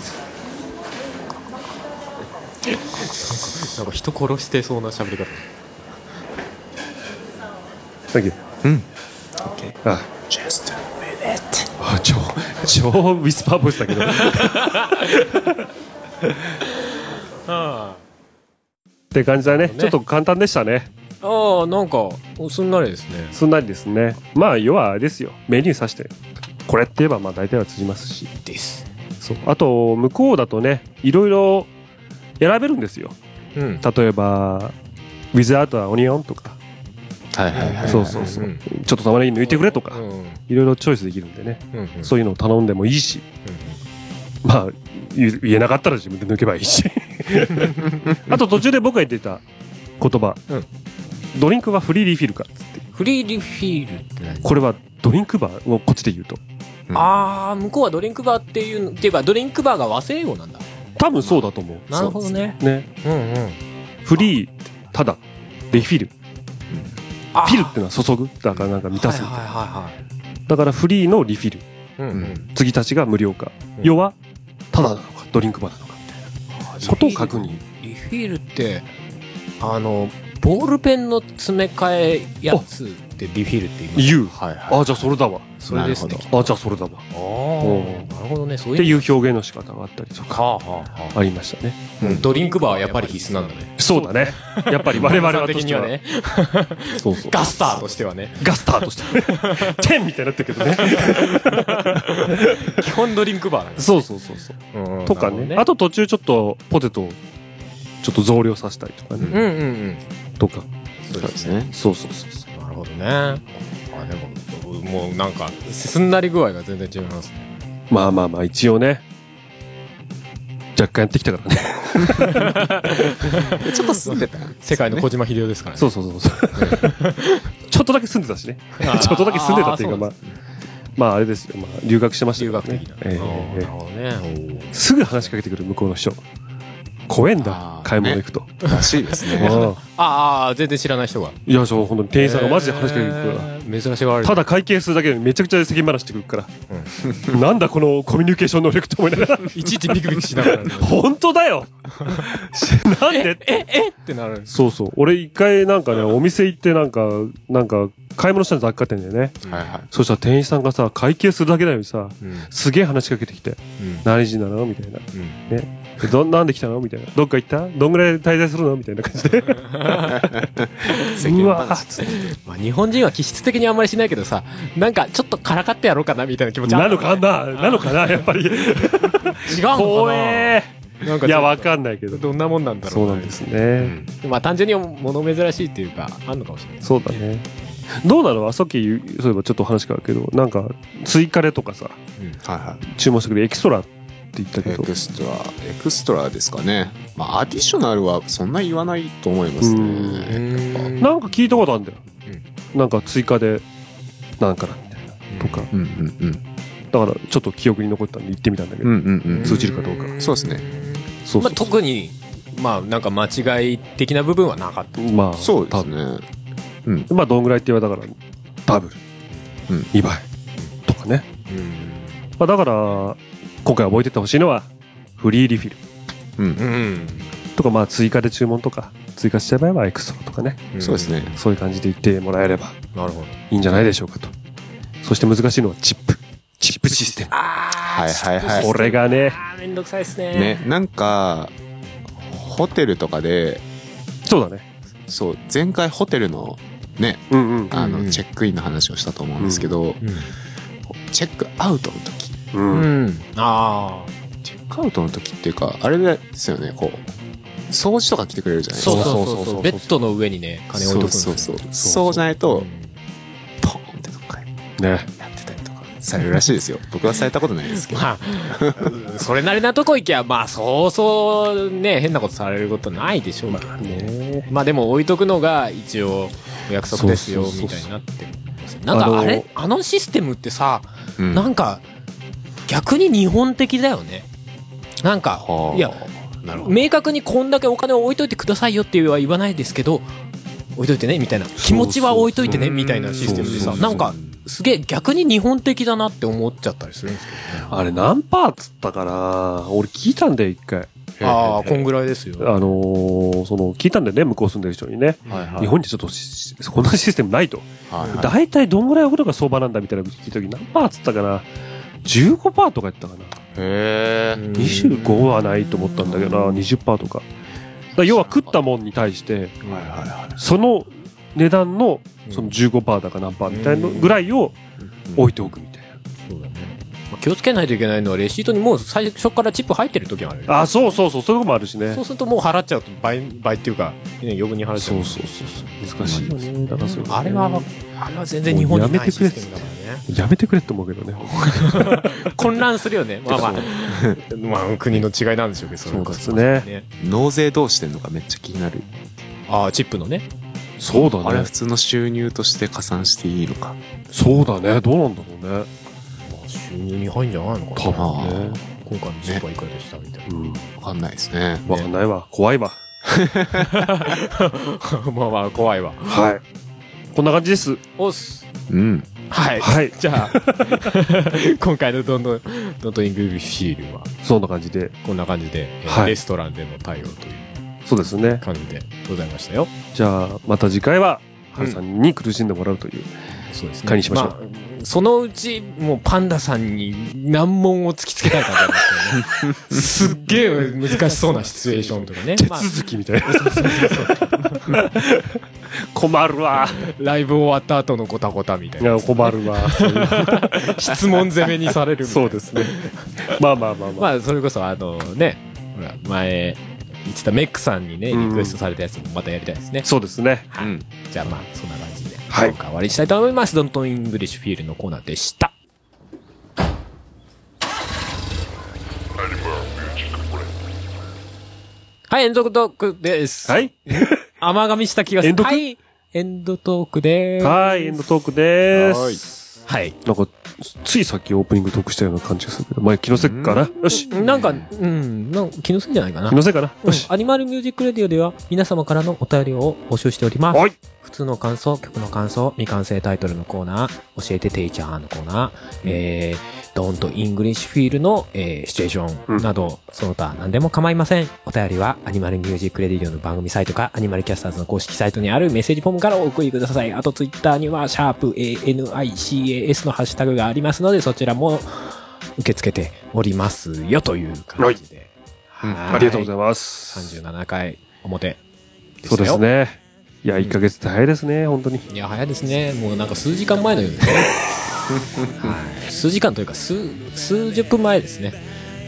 Speaker 1: なんか人殺してそうな喋り方
Speaker 2: Thank you. あ
Speaker 3: Just a minute.
Speaker 2: あ超超ウィスパーボイスだけどって感じだねちょっと簡単でしたね
Speaker 1: ああなんかすんなりですね
Speaker 2: すんなりですねまあ要はあれですよメニューさしてこれって言えばまあ大体は通じますし
Speaker 1: です
Speaker 2: そうあと向こうだとねいろいろ選べるんですよ
Speaker 1: うん
Speaker 2: 例えば「ウィズアートはオニオン」とか
Speaker 3: はいはいはい。
Speaker 2: そうそうそう。
Speaker 1: ん
Speaker 2: ちょっと玉ねぎ抜いてくれとか、
Speaker 1: うんうん
Speaker 2: いろいろチョイスできるんでね、
Speaker 1: うんうん
Speaker 2: そういうのを頼んでもいいし、まあ、言言えなかったら自分で抜けばい いし。あと途中で僕が言っていた言葉、
Speaker 1: うん
Speaker 2: ドリンクはフリーリフィルか。
Speaker 1: フリーリフィールって何
Speaker 2: これはドリンクバーをこっちで言うと。
Speaker 1: ああ向こうはドリンクバーっていうっていうかドリンクバーが和製英語なんだ
Speaker 2: 多分そうだと思う。
Speaker 1: なるほどね
Speaker 2: ね。
Speaker 1: うんうん
Speaker 2: フリー、ただ、リフィル。
Speaker 1: あ
Speaker 2: フィルってのは注ぐ。だからなんか満たす
Speaker 1: はい。はいはい
Speaker 2: だからフリーのリフィル。
Speaker 1: はいうんうん
Speaker 2: 継ぎ足しが無料化。
Speaker 1: うん
Speaker 2: 要は、ただなのか、ドリンクバーなのか。ことを確認。
Speaker 1: リフィールってあのボールペンの詰め替えやつってリフィールって言います
Speaker 2: 言う。
Speaker 3: はいはい。
Speaker 2: あ、じゃあそれだわ。
Speaker 1: それですね
Speaker 3: なる
Speaker 2: あ、じゃあそれだわ。
Speaker 1: ああ
Speaker 2: うん
Speaker 1: なるほどねそう
Speaker 2: って
Speaker 1: いう
Speaker 2: いう表現の仕方があったりとか、
Speaker 1: はあはあはあ
Speaker 2: ありましたね。
Speaker 1: ドリンクバーはやっぱり必須なんだね
Speaker 2: そうだね。やっぱり我々はとしては
Speaker 1: ね
Speaker 2: そうそう。
Speaker 1: ガスターとしてはね
Speaker 2: ガスターと して。チェンみたいになってるけどね。
Speaker 1: 基本ドリンクバーなんです
Speaker 2: そうそうそうそう。
Speaker 1: うんうん
Speaker 2: とか
Speaker 1: なるほ
Speaker 2: ね。
Speaker 1: ど
Speaker 2: あと途中ちょっとポテトをちょっと増量させたりとか
Speaker 1: うん
Speaker 2: ね。
Speaker 1: うんうん
Speaker 2: とか。
Speaker 1: そう
Speaker 3: そう
Speaker 1: で
Speaker 3: ですす
Speaker 1: ね
Speaker 3: ね。
Speaker 2: そうそうそうそう。
Speaker 1: なるほどねあでもそうもうなんかすんなり具合が全然違いますね
Speaker 2: まあまあまあ、一応ね。若干やってきたからね。
Speaker 3: ちょっと住んでた。
Speaker 1: 世界の小島秀夫ですからね
Speaker 2: そうそうそうそう。 ちょっとだけ住んでたしね。 ち
Speaker 1: あー
Speaker 2: ょっとだけ住んでたっていうか、まあ、まああれですよ。まあ、留学してました
Speaker 1: 留
Speaker 2: か
Speaker 1: 学
Speaker 2: らね
Speaker 1: 的な、
Speaker 2: ええ
Speaker 1: あー
Speaker 2: ええ
Speaker 1: なるほどね
Speaker 2: すぐ話しかけてくる向こうの人怖えんだ
Speaker 3: あー
Speaker 2: 買い物行くと、
Speaker 3: らしいです ね。
Speaker 2: うん
Speaker 1: ああ全然知らない人が
Speaker 2: いやそう本当に店員さんがマジで話しかけてくるから、
Speaker 1: えー珍しがられる
Speaker 2: ただ会計するだけでめちゃくちゃ世間話してくるから、なんだこのコミュニケーション能力と思いながら
Speaker 1: いちいちビクビクしながら
Speaker 2: 本当だよなんで
Speaker 1: ってなるんです
Speaker 2: そうそう俺一回なんかねお店行ってなんかなんか買い物したんです雑貨店でね
Speaker 3: はいはい。
Speaker 2: そしたら店員さんがさ会計するだけなのにさ
Speaker 1: うん
Speaker 2: すげえ話しかけてきて「何時なの?」みたいな「ね、どなんで来たの?」みたいな「どっか行ったどんぐらい滞在するの?」みたいな感じでうわ
Speaker 1: まあ、日本人は気質的にあんまりしないけどさなんかちょっとからかってやろうかなみたいな気持ちあ
Speaker 2: な
Speaker 1: る
Speaker 2: のかななのかなやっぱり。
Speaker 1: 違うのかな
Speaker 2: 怖え
Speaker 1: なんか
Speaker 2: いや、わ
Speaker 1: ん
Speaker 2: かんないけど。
Speaker 1: どんなもんなんだろ
Speaker 2: そううなんですね。
Speaker 1: まあ単純に物珍しいっていうかあんのかもしれないです
Speaker 2: そうだね。どうなのさっき言う、そういえばちょっと話変わるけど、なんか、追加でとかさ、
Speaker 3: はいはい。
Speaker 2: 注文してくれるエキストラって言ったけ
Speaker 3: エ
Speaker 2: ど、
Speaker 3: クストラ、エクストラですかね。まあ、アディショナルはそんな言わないと思います
Speaker 1: う
Speaker 3: ね。
Speaker 1: ん
Speaker 2: なんか聞いたことあるんだよ。なんか追加で、なんかな、みたいな。とか。
Speaker 3: うんうんうん。
Speaker 2: だから、ちょっと記憶に残ったんで行ってみたんだけ
Speaker 3: う
Speaker 2: ど、
Speaker 3: んうんうん。
Speaker 2: 通じるかどうか。
Speaker 3: そうですね
Speaker 2: そう
Speaker 1: ま
Speaker 2: そ
Speaker 1: あ、
Speaker 2: う
Speaker 1: 特にまあなんか間違い的な部分はなかった
Speaker 2: まあ、
Speaker 3: そうで
Speaker 2: 多
Speaker 3: す
Speaker 2: 分
Speaker 3: ね。
Speaker 2: まあ、どんぐらいって言われたから、ダブル。
Speaker 3: うん
Speaker 2: 2倍。とかね。まあ、だから、今回覚えてってほしいのは、フリーリフィル
Speaker 3: うん。
Speaker 1: うん
Speaker 2: とか、まあ、追加で注文とか、追加しちゃえばエクストラとかね、
Speaker 3: そうですね。
Speaker 2: そういう感じで言ってもらえれば
Speaker 1: なるほど
Speaker 2: いいんじゃないでしょうかと。そして難しいのはチップ。チップシステム。
Speaker 3: はいはいはい。
Speaker 2: これがね、
Speaker 1: あーめんどくさいですね
Speaker 3: ね、なんか、ホテルとかで、
Speaker 2: そうだね。
Speaker 3: そう、前回ホテルのね、
Speaker 2: うんうん。
Speaker 3: あ
Speaker 1: うんう
Speaker 3: の、
Speaker 1: ん
Speaker 3: チェックインの話をしたと思うんですけど、チェックアウトの時
Speaker 1: うん、
Speaker 2: うん
Speaker 1: ああ
Speaker 3: チェックアウトの時っていうか、あれですよね、こう、掃除とか来てくれるじゃないです
Speaker 1: そ
Speaker 3: か。
Speaker 1: うそう
Speaker 2: そうそ
Speaker 1: そうう
Speaker 2: そ
Speaker 1: そううベッドの上にね金置いとくんです
Speaker 3: そう
Speaker 1: よ
Speaker 3: そうそう。
Speaker 2: そう
Speaker 3: そうじゃないと、
Speaker 1: う
Speaker 3: ポーンってどっかに
Speaker 2: ね。
Speaker 3: やってたりとかされるらしいですよ。僕はされたことないですけ
Speaker 1: ん
Speaker 3: ど。
Speaker 1: まあ それなりなとこ行きゃまあそうそうね変なことされることないでしょうけどね
Speaker 2: ね
Speaker 1: まあでも置いとくのが一応お約束ですよ
Speaker 2: そうそ
Speaker 1: み
Speaker 2: うそ
Speaker 1: た
Speaker 2: う
Speaker 1: い
Speaker 2: そ
Speaker 1: になってますなんかあれあのシステムってさ
Speaker 3: うん
Speaker 1: なんか逆に日本的だよねなんか
Speaker 3: はあ
Speaker 1: いや
Speaker 3: なるほど。
Speaker 1: 明確にこんだけお金を置いといてくださいよっては言わないですけど置いといてねみたいな気持ちは置いといてねみたいなシステムで
Speaker 2: う
Speaker 1: さ
Speaker 2: ん
Speaker 1: なんかすげえ逆に日本的だなって思っちゃったりするんですけどね
Speaker 2: あれ何パーっつったかな俺聞いたんだよ、一回。
Speaker 1: ああこんぐらいです
Speaker 2: あ
Speaker 1: よ
Speaker 2: のーその、聞いたんだよね、向こう住んでる人にね。
Speaker 3: はいはい
Speaker 2: 日本にちょっとし、こんなシステムないと。
Speaker 3: はいはい
Speaker 2: 大体どんぐらいのことが相場なんだみたいなこと聞いた時何パーっつったかな15%パーとかやったかな
Speaker 3: へえ。
Speaker 2: 25はないと思ったんだけどな20%パーとかだから要は食ったもんに対して
Speaker 3: はいはいはい。
Speaker 2: その値段の
Speaker 1: うん
Speaker 2: その15%パーだか何パーみたいな
Speaker 1: うん
Speaker 2: ぐらいを置いておくみたいな
Speaker 1: そうだねまあ気をつけないといけないのはレシートにもう最初からチップ入ってる時があるよね
Speaker 2: あ、そうそうそう、そういうとこもあるしね
Speaker 1: そ。うするともう払っちゃうと倍倍っていうか、ね、余分に払っちゃう
Speaker 2: そうそう。難しいよね。だからそれ
Speaker 1: あれはあれは全然日本にないシステムだからね
Speaker 2: やめてくれって思うけどね。
Speaker 1: 混乱するよねまあまあ まあ国の違いなんでしょうけどそれは
Speaker 2: そうです
Speaker 3: 納税どうしてんのかめっちゃ気になる。
Speaker 1: ああチップのね
Speaker 2: そうだ
Speaker 3: あれは普通の収入として加算していいのか。
Speaker 2: そうだね。どうなんだろうね。
Speaker 1: 収入に入んじゃないのか
Speaker 3: か
Speaker 1: な
Speaker 3: な
Speaker 2: ね
Speaker 1: 今回のチップはいくらでしたみたい
Speaker 2: うん。
Speaker 3: わかんないですね。
Speaker 2: わかんないわ。怖いわ。
Speaker 1: な まあまあ怖いわ
Speaker 2: はい。こんな感じです。
Speaker 1: おっす
Speaker 3: うん。
Speaker 1: はい、
Speaker 2: はい
Speaker 1: じ ゃあ今回の「ドンドンドントイングルシール」は
Speaker 2: そんな感じで。
Speaker 1: こんな感じで、えー
Speaker 2: はい
Speaker 1: レストランでの対応という
Speaker 2: そうですね。
Speaker 1: 感じでございましたよ
Speaker 2: じゃあ、また次回は、ハルさんに苦しんでもらうという。
Speaker 1: そうです
Speaker 2: 会にしましょう
Speaker 1: あそのうちもうパンダさんに難問を突きつけたい感じなんですよ ねすっげえ難しそうなシチュエーションとかね、まあ
Speaker 2: 手続きみたいな。 困る わ。
Speaker 1: ライブ終わった後のごたごたみたい
Speaker 2: い
Speaker 1: な
Speaker 2: や、困るわ。そういう
Speaker 1: 質問攻めにされるみたい
Speaker 2: そ
Speaker 1: な
Speaker 2: うです ね。まあまあまあまあ。
Speaker 1: まあそれこそあのねほら前言ってたメックさんにね
Speaker 2: うん
Speaker 1: リクエストされたやつもまたやりたいですね、
Speaker 2: そうですね。
Speaker 3: うん。
Speaker 1: じゃあまあそんな感じで、
Speaker 2: はい
Speaker 1: 今回終わりにしたいと思いますドントンイングリッシュフィールのコーナーでしたはいエンドトークです
Speaker 2: はい。
Speaker 1: 甘噛みした気がする
Speaker 2: エンドトーク
Speaker 1: はいエンドトークでーす
Speaker 2: はい、エンドトークで
Speaker 3: はーい
Speaker 2: す。
Speaker 1: はい
Speaker 2: なんか、ついさっきオープニングトークしたような感じがするけど、まあ気のせいかな。よし。
Speaker 1: なんかうんなんか気のせいんじゃないかな
Speaker 2: 気のせいかな。よし。
Speaker 1: アニマルミュージックレディオでは皆様からのお便りを募集しております。
Speaker 2: はい。
Speaker 1: 普通の感想、曲の感想、未完成タイトルのコーナー、教えてテイチャーのコーナー、えー、ドンとイングリッシュフィールの、えー、シチュエーションなど、その他何でも構いません。お便りはアニマルミュージックレディオの番組サイトか、アニマルキャスターズの公式サイトにあるメッセージフォームからお送りください。あとツイッターには、シャープ ANICAS のハッシュタグがありますので、そちらも受け付けておりますよという感じで。
Speaker 3: はいうん
Speaker 1: は
Speaker 2: ありがとうございます。
Speaker 1: 37回表で
Speaker 2: そうですね。いや、1ヶ月って早いですね、本当に。
Speaker 1: いや早いですねもうなんか数時間前のようですねはい数時間というか数数十分前ですね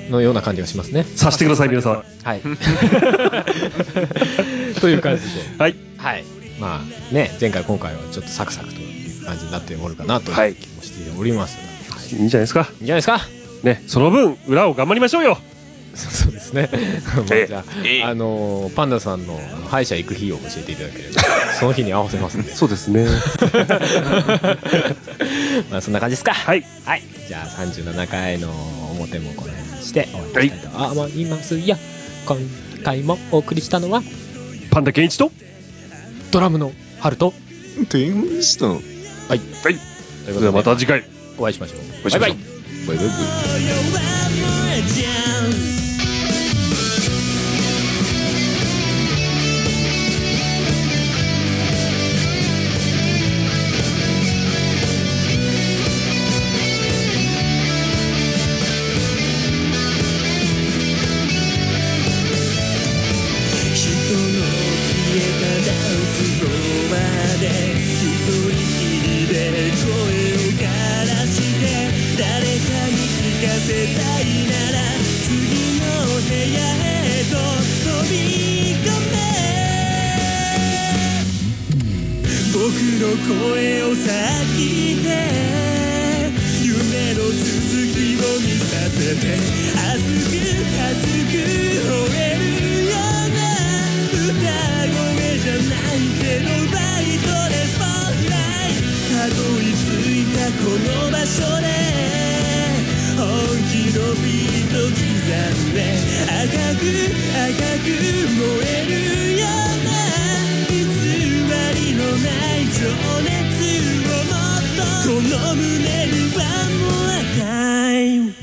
Speaker 1: のような感じがしますね
Speaker 2: さしてください、皆さん。
Speaker 1: はい という感じで
Speaker 2: はい。
Speaker 1: はいまあね前回今回はちょっとサクサクという感じになっておるかなと
Speaker 2: はいいう
Speaker 1: 気もしておりますが、い、い
Speaker 2: いいんじゃないですか。
Speaker 1: いんじゃないですか
Speaker 2: ね、その分、裏を頑張りましょうよ。
Speaker 1: そうです ねまあじゃ
Speaker 3: ええ
Speaker 1: あ、あのーパンダさんのあの歯医者行く日を教えていただければその日に合わせ ますんで
Speaker 2: そうですね。
Speaker 1: まあそんな感じですか
Speaker 2: はい。
Speaker 1: はい、じゃあ37回の表もこの辺にして終わりにしたいと思いますよ、今回もお送りしたのは
Speaker 2: パンダケンイチと、
Speaker 1: ドラムのハルト
Speaker 3: 天狗したの
Speaker 1: という
Speaker 2: そ
Speaker 1: こ
Speaker 2: れで
Speaker 1: と
Speaker 2: は
Speaker 1: で
Speaker 2: また次回。
Speaker 1: お会いしましょう
Speaker 2: お会いしましょう
Speaker 1: バイバイ
Speaker 3: バイバイ。
Speaker 5: 人の消えたダンスフロアで一人きりので声を枯らして誰かに聞かせたいなら次の部屋へと飛び込め僕の声をさ聞いて夢の続きを見させて熱く熱く吠えるような歌声じゃないけどバイトでスポットライトたどり着いたこの場所で本気のビート刻んで赤く赤く燃えるような偽りのない情熱をもっとこの胸にはもう赤い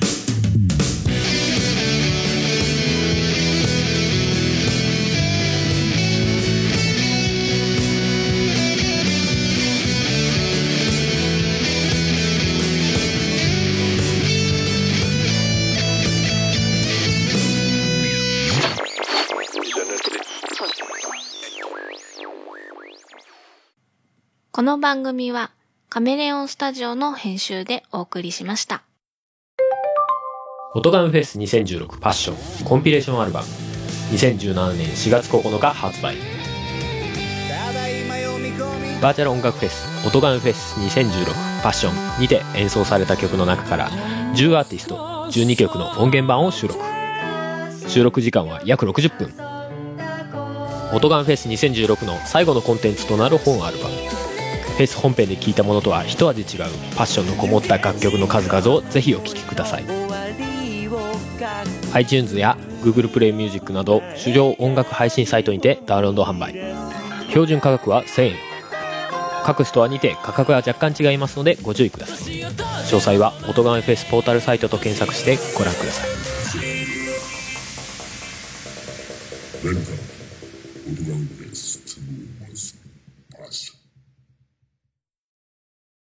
Speaker 6: この番組はカメレオンスタジオの編集でお送りしました。
Speaker 1: フォトガンフェス2016パッションコンピレーションアルバム2017年4月9日発売バーチャル音楽フェスフォトガンフェス2016パッションにて演奏された曲の中から10アーティスト12曲の音源版を収録収録時間は約60分フォトガンフェス2016の最後のコンテンツとなる本アルバムフェス本編で聴いたものとは一味違うパッションのこもった楽曲の数々をぜひお聴きください iTunes や Google プレイミュージックなど主要音楽配信サイトにてダウンロード販売標準価格は1000円各ストアにて価格は若干違いますのでご注意ください詳細は「音ガンフェスポータルサイト」と検索してご覧ください
Speaker 7: ウェルカム。オトガンフェス。